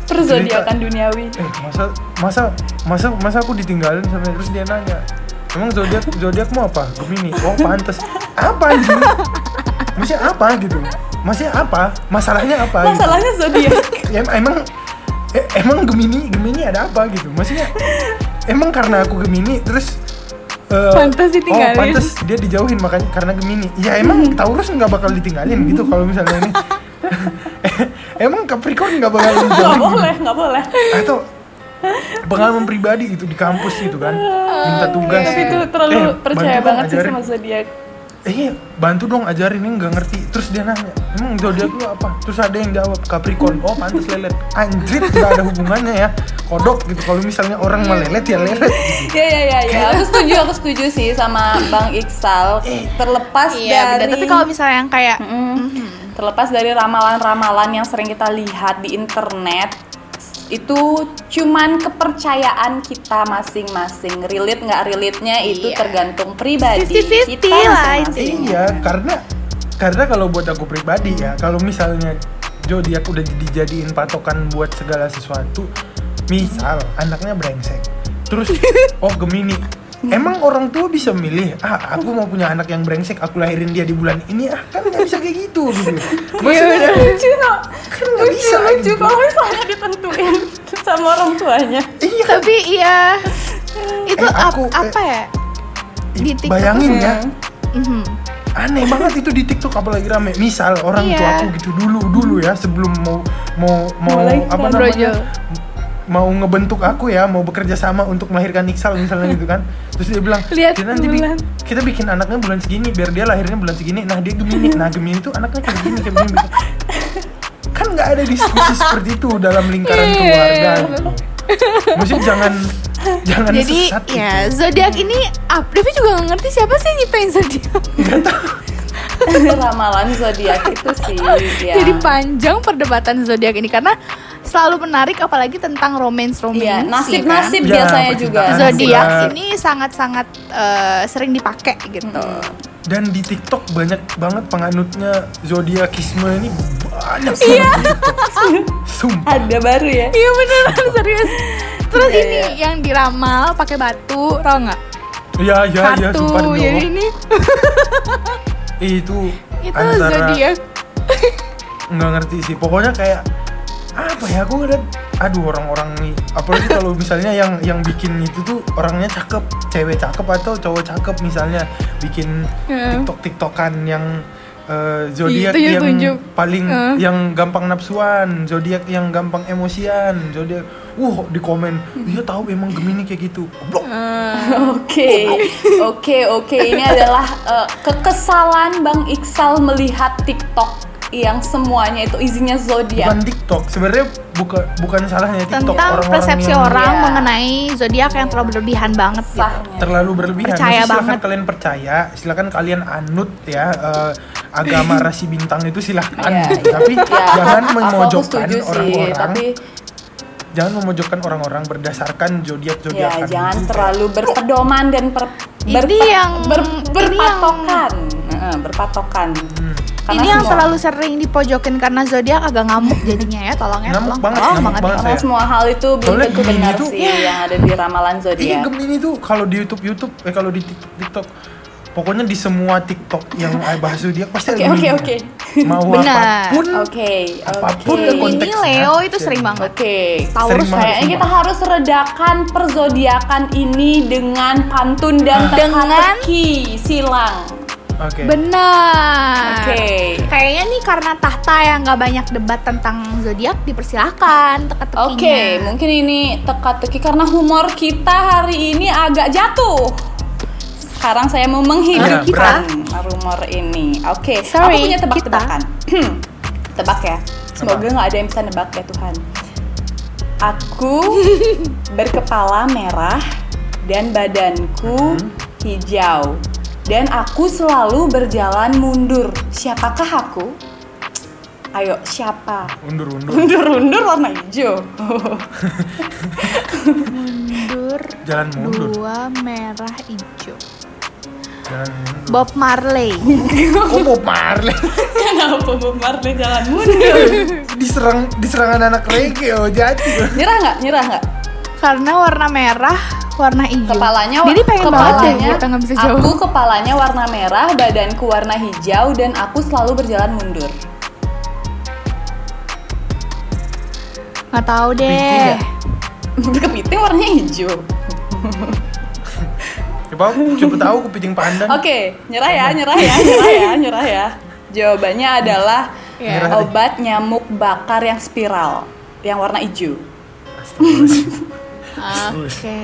[SPEAKER 3] Perzodiakan duniawi.
[SPEAKER 1] eh masa masa masa masa aku ditinggalin sama terus dia nanya emang zodiak zodiakmu apa gemini oh pantes apa anjing masih apa gitu masih apa masalahnya apa gitu.
[SPEAKER 3] Masalahnya zodiak.
[SPEAKER 1] Ya, em- emang e- emang Gemini Gemini ada apa gitu maksudnya emang karena aku Gemini terus eh,
[SPEAKER 2] Pantes ditinggalin.
[SPEAKER 1] oh pantes dia dijauhin makanya karena Gemini ya
[SPEAKER 3] Hmm.
[SPEAKER 1] emang Taurus nggak bakal ditinggalin gitu kalau misalnya ini emang Capricorn nggak bakal
[SPEAKER 3] nggak
[SPEAKER 1] dijauhin
[SPEAKER 3] boleh, nggak boleh.
[SPEAKER 1] atau pengalaman pribadi gitu di kampus gitu kan minta tugas
[SPEAKER 3] Tapi itu
[SPEAKER 1] gitu.
[SPEAKER 3] terlalu
[SPEAKER 1] Eh,
[SPEAKER 3] percaya
[SPEAKER 1] bantu dong
[SPEAKER 3] banget sih
[SPEAKER 1] ajarin.
[SPEAKER 3] sama zodiak.
[SPEAKER 1] eh bantu dong ajarin ini nggak ngerti terus dia nanya emang zodiak lu apa terus ada yang jawab Capricorn oh pantas lelet anjir nggak ada hubungannya ya kodok gitu kalau misalnya orang melelet ya lelet
[SPEAKER 3] Iya iya iya iya. Aku setuju aku setuju sih sama Bang Iksal. Terlepas
[SPEAKER 2] Iya,
[SPEAKER 3] dari
[SPEAKER 2] beda. Tapi kalau misalnya yang kayak
[SPEAKER 3] Mm-mm. terlepas dari ramalan-ramalan yang sering kita lihat di internet itu cuman kepercayaan kita masing-masing relate nggak relate nya itu
[SPEAKER 2] Iya.
[SPEAKER 3] tergantung pribadi
[SPEAKER 2] 50-50
[SPEAKER 3] kita
[SPEAKER 2] lah
[SPEAKER 3] masing-masing
[SPEAKER 1] iya karena karena kalau buat aku pribadi ya kalau misalnya zodiak udah dijadiin patokan buat segala sesuatu misal anaknya brengsek terus oh gemini Emang orang tua bisa milih, ah aku mau punya anak yang brengsek, aku lahirin dia di bulan ini, ah kan nggak bisa kayak gitu gitu. Maksudnya,
[SPEAKER 3] lucu no.
[SPEAKER 1] kan nggak
[SPEAKER 3] lucu
[SPEAKER 1] bisa
[SPEAKER 3] lucu
[SPEAKER 1] gitu.
[SPEAKER 3] kalau misalnya ditentuin sama orang tuanya
[SPEAKER 1] Iya,
[SPEAKER 2] tapi iya itu
[SPEAKER 1] Eh,
[SPEAKER 2] ap-
[SPEAKER 1] aku- eh,
[SPEAKER 2] apa ya? Di TikTok
[SPEAKER 1] bayangin
[SPEAKER 2] tuh-
[SPEAKER 1] ya,
[SPEAKER 2] Mhm.
[SPEAKER 1] aneh banget itu di TikTok apalagi rame. Misal orang
[SPEAKER 2] Iya.
[SPEAKER 1] tua aku gitu dulu dulu ya sebelum mau mau mau
[SPEAKER 3] Mulai
[SPEAKER 1] apa namanya
[SPEAKER 2] Brojol.
[SPEAKER 1] mau ngebentuk aku ya, mau bekerja sama untuk melahirkan Iksal misalnya gitu kan. Terus dia bilang,
[SPEAKER 3] Lihat
[SPEAKER 1] "Kita nanti bi-
[SPEAKER 3] bulan."
[SPEAKER 1] kita bikin anaknya bulan segini biar dia lahirnya bulan segini." Nah, dia Gemini. Nah, Gemini itu anaknya kayak begini, kayak begini. begini. Kan nggak ada diskusi seperti itu dalam lingkaran
[SPEAKER 3] Iya.
[SPEAKER 1] keluarga. Gitu. Maksudnya jangan jangan
[SPEAKER 2] Jadi
[SPEAKER 1] sesat gitu.
[SPEAKER 2] ya zodiak ini apa? Tapi juga nggak ngerti siapa sih yang nyiptain zodiak.
[SPEAKER 3] ramalan zodiak itu sih ya.
[SPEAKER 2] Jadi panjang perdebatan zodiak ini karena selalu menarik apalagi tentang romance romance.
[SPEAKER 3] Iya, nasib-nasib
[SPEAKER 1] Ya,
[SPEAKER 3] biasanya juga.
[SPEAKER 1] percintaan.
[SPEAKER 2] zodiak
[SPEAKER 1] Zodiak.
[SPEAKER 2] ini sangat-sangat eh, sering dipakai gitu.
[SPEAKER 1] Dan di TikTok banyak banget penganutnya zodiakisme ini banyak banget. di TikTok. Sumpah.
[SPEAKER 3] Ada baru ya.
[SPEAKER 2] Iya beneran serius. Terus
[SPEAKER 3] Iya,
[SPEAKER 2] ini yang diramal pakai batu, tau nggak?
[SPEAKER 1] Iya, iya, iya,
[SPEAKER 2] Kartu.
[SPEAKER 1] sumpah dong.
[SPEAKER 2] Jadi ini
[SPEAKER 1] Itu,
[SPEAKER 2] itu
[SPEAKER 1] antara
[SPEAKER 2] zodiak.
[SPEAKER 1] nggak ngerti sih pokoknya kayak apa ya aku udah aduh orang-orang nih apalagi kalau misalnya yang yang bikin itu tuh orangnya cakep cewek cakep atau cowok cakep misalnya bikin
[SPEAKER 2] Iya.
[SPEAKER 1] tiktok tiktokan yang eh, zodiak
[SPEAKER 2] Itu yang
[SPEAKER 1] yang
[SPEAKER 2] tunjuk.
[SPEAKER 1] paling
[SPEAKER 2] Iya.
[SPEAKER 1] yang gampang nafsuan zodiak yang gampang emosian zodiak uh di komen dia tahu emang gemini kayak gitu Goblok.
[SPEAKER 3] Oke, oke, oke. Ini adalah eh, kekesalan Bang Iksal melihat TikTok yang semuanya itu isinya
[SPEAKER 1] bukan
[SPEAKER 3] zodiak.
[SPEAKER 1] tiktok sebenarnya bukan bukan salahnya tiktok
[SPEAKER 2] Iya. tentang
[SPEAKER 1] orang-orang
[SPEAKER 2] persepsi
[SPEAKER 1] yang
[SPEAKER 2] orang
[SPEAKER 3] Iya.
[SPEAKER 2] mengenai zodiak yang terlalu berlebihan banget gitu.
[SPEAKER 3] Sahnya.
[SPEAKER 1] terlalu berlebihan.
[SPEAKER 2] Percaya
[SPEAKER 1] Jadi silakan
[SPEAKER 2] banget.
[SPEAKER 1] kalian percaya, silakan kalian anut ya eh, agama rasi bintang itu silakan.
[SPEAKER 3] Iya,
[SPEAKER 1] gitu. Tapi
[SPEAKER 3] Ya,
[SPEAKER 1] jangan
[SPEAKER 3] aku- aku
[SPEAKER 1] memojokkan
[SPEAKER 3] setuju sih,
[SPEAKER 1] orang-orang,
[SPEAKER 3] tapi
[SPEAKER 1] jangan memojokkan orang-orang berdasarkan Iya. zodiak
[SPEAKER 3] ya
[SPEAKER 1] zodiakan.
[SPEAKER 3] jangan terlalu berpedoman dan ber,
[SPEAKER 2] Ini
[SPEAKER 3] berpa-
[SPEAKER 2] yang-
[SPEAKER 3] ber-
[SPEAKER 2] ini
[SPEAKER 3] berpatokan, Eh, berpatokan.
[SPEAKER 1] Hmm.
[SPEAKER 3] Karena
[SPEAKER 2] ini yang
[SPEAKER 3] semua-
[SPEAKER 2] terlalu sering dipojokin karena zodiak agak ngamuk jadinya ya, tolong ya.
[SPEAKER 1] Ngamuk
[SPEAKER 2] tolong,
[SPEAKER 1] banget,
[SPEAKER 2] tolong
[SPEAKER 1] ngamuk banget.
[SPEAKER 2] ya.
[SPEAKER 3] karena
[SPEAKER 1] Saya-
[SPEAKER 3] semua hal itu belum
[SPEAKER 1] Soalnya
[SPEAKER 3] tentu
[SPEAKER 1] Gemini
[SPEAKER 3] benar
[SPEAKER 1] itu-
[SPEAKER 3] sih yang ada di ramalan
[SPEAKER 1] Ini
[SPEAKER 3] zodiak.
[SPEAKER 1] Gemini tuh kalau di YouTube YouTube, eh kalau di TikTok, TikTok, pokoknya di semua TikTok yang bahas zodiak pasti ada
[SPEAKER 3] Oke, oke,
[SPEAKER 1] Gemini.
[SPEAKER 3] oke.
[SPEAKER 1] Mau
[SPEAKER 2] Benar.
[SPEAKER 1] apapun,
[SPEAKER 3] Oke,
[SPEAKER 1] apapun ke
[SPEAKER 3] oke.
[SPEAKER 1] ya,
[SPEAKER 2] Ini
[SPEAKER 1] konteksnya.
[SPEAKER 2] Leo itu sering banget.
[SPEAKER 3] Oke,
[SPEAKER 1] Sering
[SPEAKER 3] Taurus
[SPEAKER 1] banget
[SPEAKER 3] kayaknya
[SPEAKER 1] semua.
[SPEAKER 3] kita harus redakan perzodiakan ini dengan pantun dan
[SPEAKER 2] Dengan?
[SPEAKER 3] teka-teki silang.
[SPEAKER 1] oke.
[SPEAKER 2] Benar.
[SPEAKER 3] Oke.
[SPEAKER 2] Kayaknya nih karena tahta yang nggak banyak debat tentang zodiak dipersilahkan teka-tekinya.
[SPEAKER 3] Oke, mungkin ini teka-teki karena humor kita hari ini agak jatuh. Sekarang saya mau
[SPEAKER 1] Iya,
[SPEAKER 3] menghidupkan
[SPEAKER 1] berat.
[SPEAKER 3] humor ini. Oke,
[SPEAKER 2] Sorry,
[SPEAKER 3] aku punya tebak-tebakan. tebak ya. Semoga
[SPEAKER 1] Tebak.
[SPEAKER 3] nggak ada yang bisa nebak ya Tuhan. Aku berkepala merah dan badanku hijau. Dan aku selalu berjalan mundur. Siapakah aku? Ayo, siapa?
[SPEAKER 1] Undur-undur,
[SPEAKER 3] Mundur-mundur warna hijau.
[SPEAKER 2] Mundur
[SPEAKER 1] jalan mundur,
[SPEAKER 2] dua merah hijau.
[SPEAKER 1] jalan mundur.
[SPEAKER 2] Bob Marley.
[SPEAKER 1] Kok Bob Marley
[SPEAKER 3] Kenapa Bob Marley jalan mundur?
[SPEAKER 1] diserang diserang anak reggae oh jadi.
[SPEAKER 3] nyerah nggak? Nyerah nggak?
[SPEAKER 2] karena warna merah, warna hijau.
[SPEAKER 3] Kepalanya
[SPEAKER 2] Jadi pengen banget deh
[SPEAKER 3] kepalanya,
[SPEAKER 2] kita nggak bisa jauh.
[SPEAKER 3] Aku kepalanya warna merah, badanku warna hijau dan aku selalu berjalan mundur.
[SPEAKER 2] Nggak tahu
[SPEAKER 1] Kepiting
[SPEAKER 2] deh.
[SPEAKER 1] ya?
[SPEAKER 3] Kepiting warnanya hijau.
[SPEAKER 1] Coba coba Ya, tahu kepiting pandan.
[SPEAKER 3] Oke, nyerah ya, nyerah ya, nyerah ya, nyerah ya. Jawabannya adalah
[SPEAKER 2] Iya.
[SPEAKER 1] Nyerah deh.
[SPEAKER 3] obat nyamuk bakar yang spiral, yang warna hijau.
[SPEAKER 1] Astagfirullahaladzim.
[SPEAKER 2] Oke.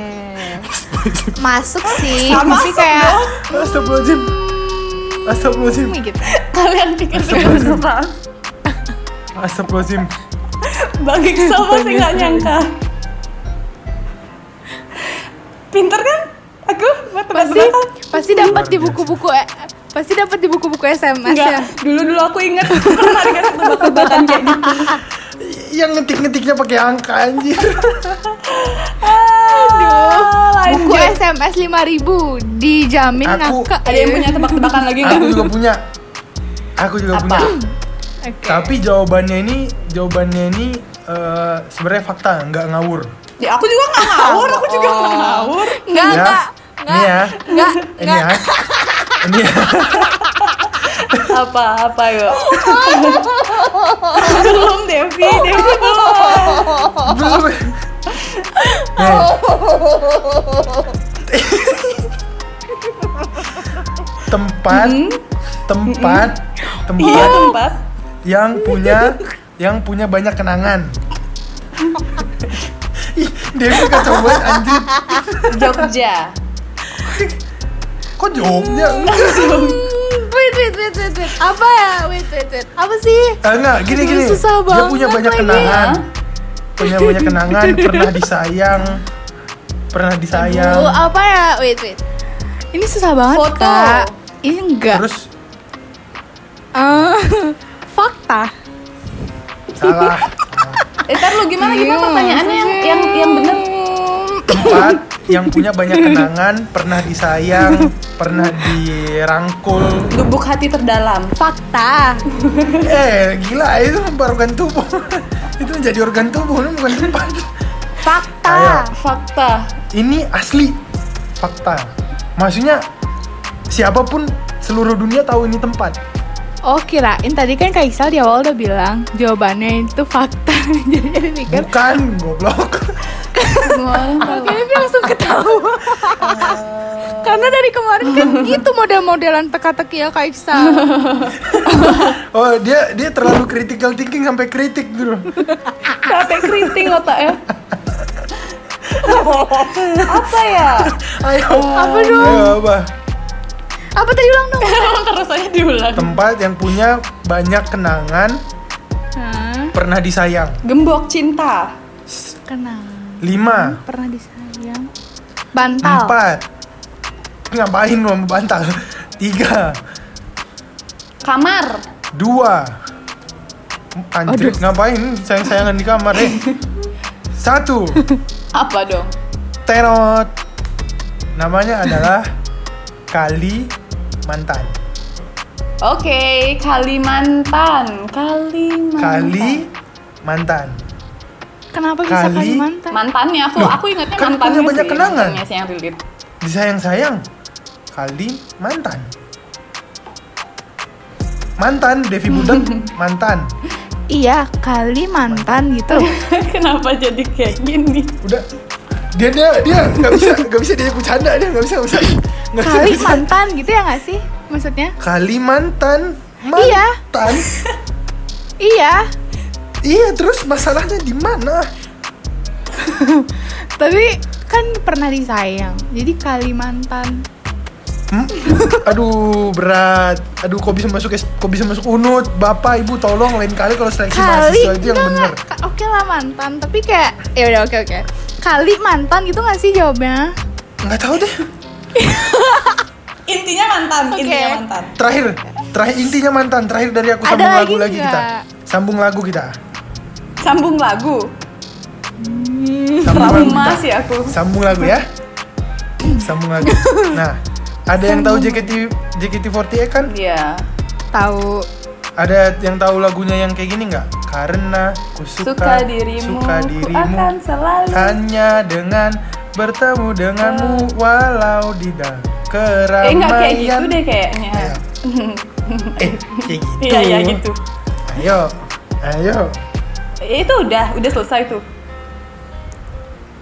[SPEAKER 2] Masuk sih. Tapi
[SPEAKER 3] Masuk
[SPEAKER 2] kayak
[SPEAKER 1] Astagfirullahaladzim.
[SPEAKER 2] hmm,
[SPEAKER 1] Astagfirullahaladzim.
[SPEAKER 2] gitu.
[SPEAKER 3] Kalian pikir seperti apa?
[SPEAKER 1] Astagfirullahaladzim.
[SPEAKER 3] Bang Iqsal pasti nggak nyangka. Pinter kan? Aku
[SPEAKER 2] Pasti
[SPEAKER 3] matematika kan?
[SPEAKER 2] pasti dapat
[SPEAKER 1] Luar
[SPEAKER 2] di
[SPEAKER 1] biasa.
[SPEAKER 2] buku-buku eh, pasti dapat di buku-buku SMS ya.
[SPEAKER 3] Enggak, dulu dulu aku inget pernah dikasih tebak-tebakan kayak gitu.
[SPEAKER 1] Yang ngetik-ngetiknya pakai angka anjir.
[SPEAKER 3] Aduh,
[SPEAKER 2] Buku SMS 5000 dijamin
[SPEAKER 1] Aku-
[SPEAKER 2] ngakak.
[SPEAKER 3] Ada yang punya tebak-tebakan lagi nggak?
[SPEAKER 1] Aku juga punya. Aku juga
[SPEAKER 3] Apa?
[SPEAKER 1] punya.
[SPEAKER 2] Oke.
[SPEAKER 1] Tapi jawabannya ini jawabannya ini eh, sebenarnya fakta, nggak ngawur.
[SPEAKER 3] Ya, aku juga nggak ngawur, aku juga nggak ngawur.
[SPEAKER 2] Enggak,
[SPEAKER 1] Ya.
[SPEAKER 2] enggak.
[SPEAKER 1] Ini ya.
[SPEAKER 2] Enggak,
[SPEAKER 1] Ini ya. Ini ya.
[SPEAKER 3] Apa apa yuk? belum Devi, Devi belum.
[SPEAKER 1] Belum. Nih. tempat
[SPEAKER 2] Hmm?
[SPEAKER 1] tempat
[SPEAKER 3] Iya
[SPEAKER 1] tempat
[SPEAKER 3] tempat.
[SPEAKER 1] yang punya yang punya banyak kenangan. Ih, Devi kacau banget anjir.
[SPEAKER 3] Jogja.
[SPEAKER 1] Kok Jogja?
[SPEAKER 2] Hmm, Wait, wait, wait, wait, wait. Apa ya? Wait, wait, wait. Apa sih?
[SPEAKER 1] Ah, enggak, gini
[SPEAKER 2] Aduh,
[SPEAKER 1] gini.
[SPEAKER 2] susah
[SPEAKER 1] Dia
[SPEAKER 2] banget
[SPEAKER 1] punya banyak
[SPEAKER 2] lagi.
[SPEAKER 1] kenangan. Punya banyak kenangan, pernah disayang. Pernah disayang.
[SPEAKER 2] Aduh, apa ya? Wait, wait. Ini susah banget,
[SPEAKER 3] Foto.
[SPEAKER 2] Kak. Ini enggak.
[SPEAKER 1] Terus
[SPEAKER 2] Eh, fakta.
[SPEAKER 1] salah.
[SPEAKER 3] Eh, ntar lu gimana gimana
[SPEAKER 2] Iya,
[SPEAKER 3] pertanyaannya yang yang yang bener?
[SPEAKER 2] Hmm,
[SPEAKER 1] Tempat yang punya banyak kenangan, pernah disayang, pernah dirangkul.
[SPEAKER 3] Lubuk hati terdalam.
[SPEAKER 2] Fakta.
[SPEAKER 1] Eh, gila itu organ tubuh. itu menjadi organ tubuh, itu bukan tempat.
[SPEAKER 2] Fakta.
[SPEAKER 1] Ayo.
[SPEAKER 3] Fakta.
[SPEAKER 1] Ini asli fakta. Maksudnya siapapun seluruh dunia tahu ini tempat.
[SPEAKER 2] Oh, kirain tadi kan Kak Iksal di awal udah bilang jawabannya itu fakta. Jadi dia mikir,
[SPEAKER 1] Bukan, goblok.
[SPEAKER 3] Semua orang tahu.
[SPEAKER 2] Oke, dia langsung ketawa. Karena dari kemarin kan gitu model-modelan teka-teki ya Kak Iksal.
[SPEAKER 1] Oh dia dia terlalu critical thinking sampai kritik dulu.
[SPEAKER 3] Sampai keriting otaknya. apa ya?
[SPEAKER 1] Ayo.
[SPEAKER 2] Apa dong?
[SPEAKER 1] Ayo apa?
[SPEAKER 2] Apa tadi ulang dong?
[SPEAKER 3] Terus aja diulang.
[SPEAKER 1] Tempat yang punya banyak kenangan
[SPEAKER 2] Hah?
[SPEAKER 1] pernah disayang.
[SPEAKER 3] Gembok cinta.
[SPEAKER 2] Kenal.
[SPEAKER 1] Lima,
[SPEAKER 2] Pernah disayang. Bantal.
[SPEAKER 1] empat. Ngapain lu sama bantal? Tiga,
[SPEAKER 3] Kamar.
[SPEAKER 1] dua. Anjir, ngapain sayang-sayangan di kamar eh? Satu,
[SPEAKER 3] Apa dong?
[SPEAKER 1] terot. Namanya adalah Kali Mantan.
[SPEAKER 3] Oke, Kalimantan. Kalimantan.
[SPEAKER 1] Kali Mantan.
[SPEAKER 2] Kenapa bisa
[SPEAKER 1] Kali.
[SPEAKER 2] Kalimantan?
[SPEAKER 3] Mantannya aku,
[SPEAKER 1] Loh,
[SPEAKER 3] aku ingatnya
[SPEAKER 1] kan
[SPEAKER 3] mantannya
[SPEAKER 1] punya banyak
[SPEAKER 3] sih,
[SPEAKER 1] kenangan.
[SPEAKER 3] mantannya sih yang relate.
[SPEAKER 1] disayang-sayang kali mantan mantan Devi Budak mantan
[SPEAKER 2] Iya, Kalimantan gitu.
[SPEAKER 3] Kenapa jadi kayak gini?
[SPEAKER 1] udah dia dia dia nggak bisa nggak bisa dia bercanda dia nggak bisa nggak bisa nggak bisa, nggak bisa.
[SPEAKER 2] Kalimantan gitu ya nggak sih? Maksudnya?
[SPEAKER 1] Kalimantan
[SPEAKER 2] Iya.
[SPEAKER 1] mantan
[SPEAKER 2] Iya.
[SPEAKER 1] iya terus masalahnya di mana
[SPEAKER 2] Tapi kan pernah disayang. Jadi Kalimantan.
[SPEAKER 1] Hmm? aduh berat aduh kok bisa masuk S- kok bisa masuk unut bapak ibu tolong lain kali kalau seleksi
[SPEAKER 2] Kali.
[SPEAKER 1] mahasiswa itu yang
[SPEAKER 2] enggak,
[SPEAKER 1] benar
[SPEAKER 2] enggak. Oke lah mantan, tapi kayak ya udah oke oke. Kali mantan gitu nggak sih jawabnya?
[SPEAKER 1] nggak tahu deh
[SPEAKER 3] Intinya mantan,
[SPEAKER 2] Oke.
[SPEAKER 3] intinya mantan.
[SPEAKER 1] terakhir terakhir intinya mantan terakhir dari aku
[SPEAKER 2] Ada
[SPEAKER 1] sambung
[SPEAKER 2] lagi
[SPEAKER 1] lagu lagi kita
[SPEAKER 2] nggak?
[SPEAKER 1] sambung lagu kita
[SPEAKER 3] Sambung lagu.
[SPEAKER 1] sambung lagu
[SPEAKER 3] Trauma
[SPEAKER 1] kita
[SPEAKER 3] sih aku.
[SPEAKER 1] sambung lagu ya sambung lagu nah ada yang tahu JKT JKT48 kan
[SPEAKER 3] Iya.
[SPEAKER 2] Tahu.
[SPEAKER 1] ada yang tahu lagunya yang kayak gini nggak karena ku suka,
[SPEAKER 3] Suka dirimu,
[SPEAKER 1] suka
[SPEAKER 3] ku
[SPEAKER 1] dirimu
[SPEAKER 3] akan selalu.
[SPEAKER 1] hanya dengan bertemu denganmu walau di dalam keramaian
[SPEAKER 3] Eh enggak kayak gitu deh kayaknya.
[SPEAKER 1] Ayo. eh kayak gitu
[SPEAKER 3] Iya, iya gitu. Eh,
[SPEAKER 1] ayo ayo
[SPEAKER 3] Itu udah, udah selesai tuh.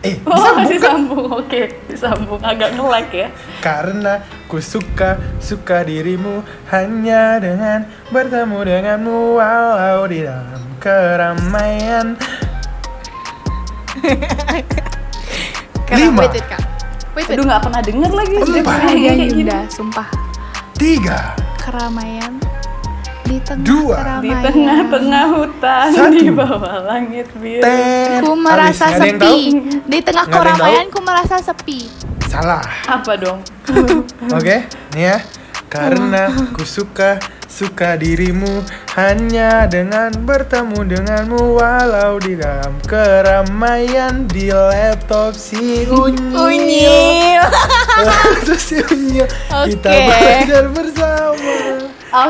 [SPEAKER 1] eh
[SPEAKER 3] Oh, disambung. Oke, disambung. Agak ngelag ya.
[SPEAKER 1] Karena ku suka, suka dirimu Hanya dengan bertemu denganmu Walau di dalam keramaian
[SPEAKER 2] Karena-
[SPEAKER 1] Lima.
[SPEAKER 2] Wait, wait, Kak. Wait, wait. ya,
[SPEAKER 3] Aduh, nggak pernah denger lagi.
[SPEAKER 1] Empat.
[SPEAKER 3] Udah,
[SPEAKER 2] Saya
[SPEAKER 3] kayak gini.
[SPEAKER 2] Yunda, sumpah.
[SPEAKER 1] Tiga
[SPEAKER 2] keramaian di tengah
[SPEAKER 1] Dua.
[SPEAKER 2] keramaian.
[SPEAKER 3] Di tengah-tengah hutan
[SPEAKER 1] Satu.
[SPEAKER 3] di bawah langit biru.
[SPEAKER 1] Tet,
[SPEAKER 2] Ku
[SPEAKER 1] habis.
[SPEAKER 2] merasa
[SPEAKER 1] Nggak ada yang
[SPEAKER 2] sepi.
[SPEAKER 1] tahu?
[SPEAKER 2] Di tengah
[SPEAKER 1] Nggak ada yang
[SPEAKER 2] keramaian ku merasa sepi.
[SPEAKER 1] Salah.
[SPEAKER 3] Apa dong?
[SPEAKER 1] Oke, nih ya. Karena ku suka suka dirimu hanya dengan bertemu denganmu walau di dalam keramaian di laptop si Oh, unyil.
[SPEAKER 2] Unyil.
[SPEAKER 1] Terus si unyil. Kita
[SPEAKER 3] Oke.
[SPEAKER 1] belajar bersama.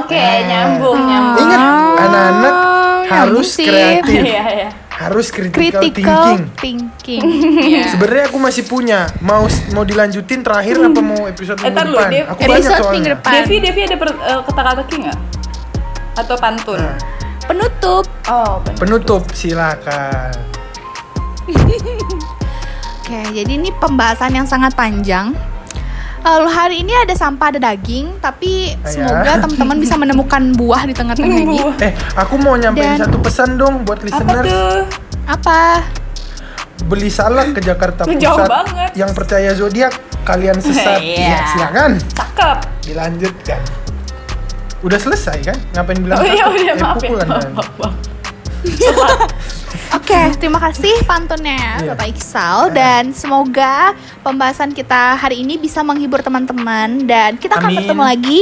[SPEAKER 3] Oke,
[SPEAKER 1] Eh.
[SPEAKER 3] nyambung nyambung.
[SPEAKER 1] Ingat anak-anak
[SPEAKER 2] nyambung
[SPEAKER 1] harus
[SPEAKER 2] sih.
[SPEAKER 1] kreatif,
[SPEAKER 3] Iya ya.
[SPEAKER 1] harus critical,
[SPEAKER 2] Critical
[SPEAKER 1] thinking.
[SPEAKER 2] thinking.
[SPEAKER 1] Sebenarnya aku masih punya. Mau mau dilanjutin terakhir apa mau episode
[SPEAKER 3] Eh,
[SPEAKER 1] minggu
[SPEAKER 3] tar lu,
[SPEAKER 1] depan?
[SPEAKER 3] Dev.
[SPEAKER 1] Aku banyak
[SPEAKER 2] Episode minggu
[SPEAKER 1] soalnya.
[SPEAKER 2] depan.
[SPEAKER 3] Devi, Devi ada per- eh, kata-kata king nggak? Atau pantun?
[SPEAKER 1] Nah,
[SPEAKER 2] Penutup.
[SPEAKER 3] Oh, bener.
[SPEAKER 1] Penutup silakan.
[SPEAKER 2] Oke, jadi ini pembahasan yang sangat panjang. Lalu hari ini ada sampah, ada daging, tapi
[SPEAKER 1] Ah, ya.
[SPEAKER 2] semoga teman-teman bisa menemukan buah di tengah-tengah ini.
[SPEAKER 3] Buah.
[SPEAKER 1] Eh, aku mau nyampein
[SPEAKER 2] Dan-
[SPEAKER 1] satu pesan dong buat
[SPEAKER 3] Apa
[SPEAKER 1] listener.
[SPEAKER 3] tuh?
[SPEAKER 2] Apa?
[SPEAKER 1] Beli salak ke Jakarta Pusat.
[SPEAKER 3] Jauh banget.
[SPEAKER 1] Yang percaya zodiak kalian sesat.
[SPEAKER 3] Iya.
[SPEAKER 1] Ya, silakan
[SPEAKER 3] Cakep.
[SPEAKER 1] dilanjutkan. Udah selesai kan? Ngapain bilang
[SPEAKER 3] Oh iya
[SPEAKER 1] cakep?
[SPEAKER 3] udah
[SPEAKER 1] Eh,
[SPEAKER 3] maaf ya.
[SPEAKER 1] pukulan
[SPEAKER 3] Maaf,
[SPEAKER 1] kan?
[SPEAKER 3] maaf, maaf.
[SPEAKER 2] Oke, Hmm, terima kasih pantunnya
[SPEAKER 1] Iya.
[SPEAKER 2] Bapak Iksal dan semoga pembahasan kita hari ini bisa menghibur teman-teman dan kita akan
[SPEAKER 1] Amin.
[SPEAKER 2] bertemu lagi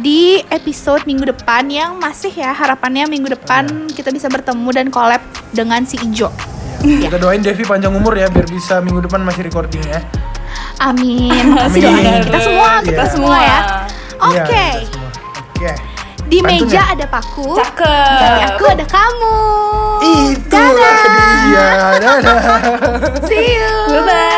[SPEAKER 2] di episode minggu depan yang masih ya harapannya minggu depan kita bisa bertemu dan collab dengan si Ijo.
[SPEAKER 1] Iya. Kita doain Devi panjang umur ya biar bisa minggu depan masih recording ya.
[SPEAKER 2] Amin. Makasih
[SPEAKER 1] Amin.
[SPEAKER 2] doanya kita semua,
[SPEAKER 1] Iya.
[SPEAKER 2] kita semua ya. Oke.
[SPEAKER 1] Iya, kita semua. Oke.
[SPEAKER 2] Di
[SPEAKER 1] Pantun
[SPEAKER 2] meja
[SPEAKER 1] ya?
[SPEAKER 2] ada paku, di
[SPEAKER 3] Cakep.
[SPEAKER 2] aku ada kamu.
[SPEAKER 3] Oh,
[SPEAKER 1] Iya. Itulah dia. Dadah.
[SPEAKER 2] See you.
[SPEAKER 3] Bye bye.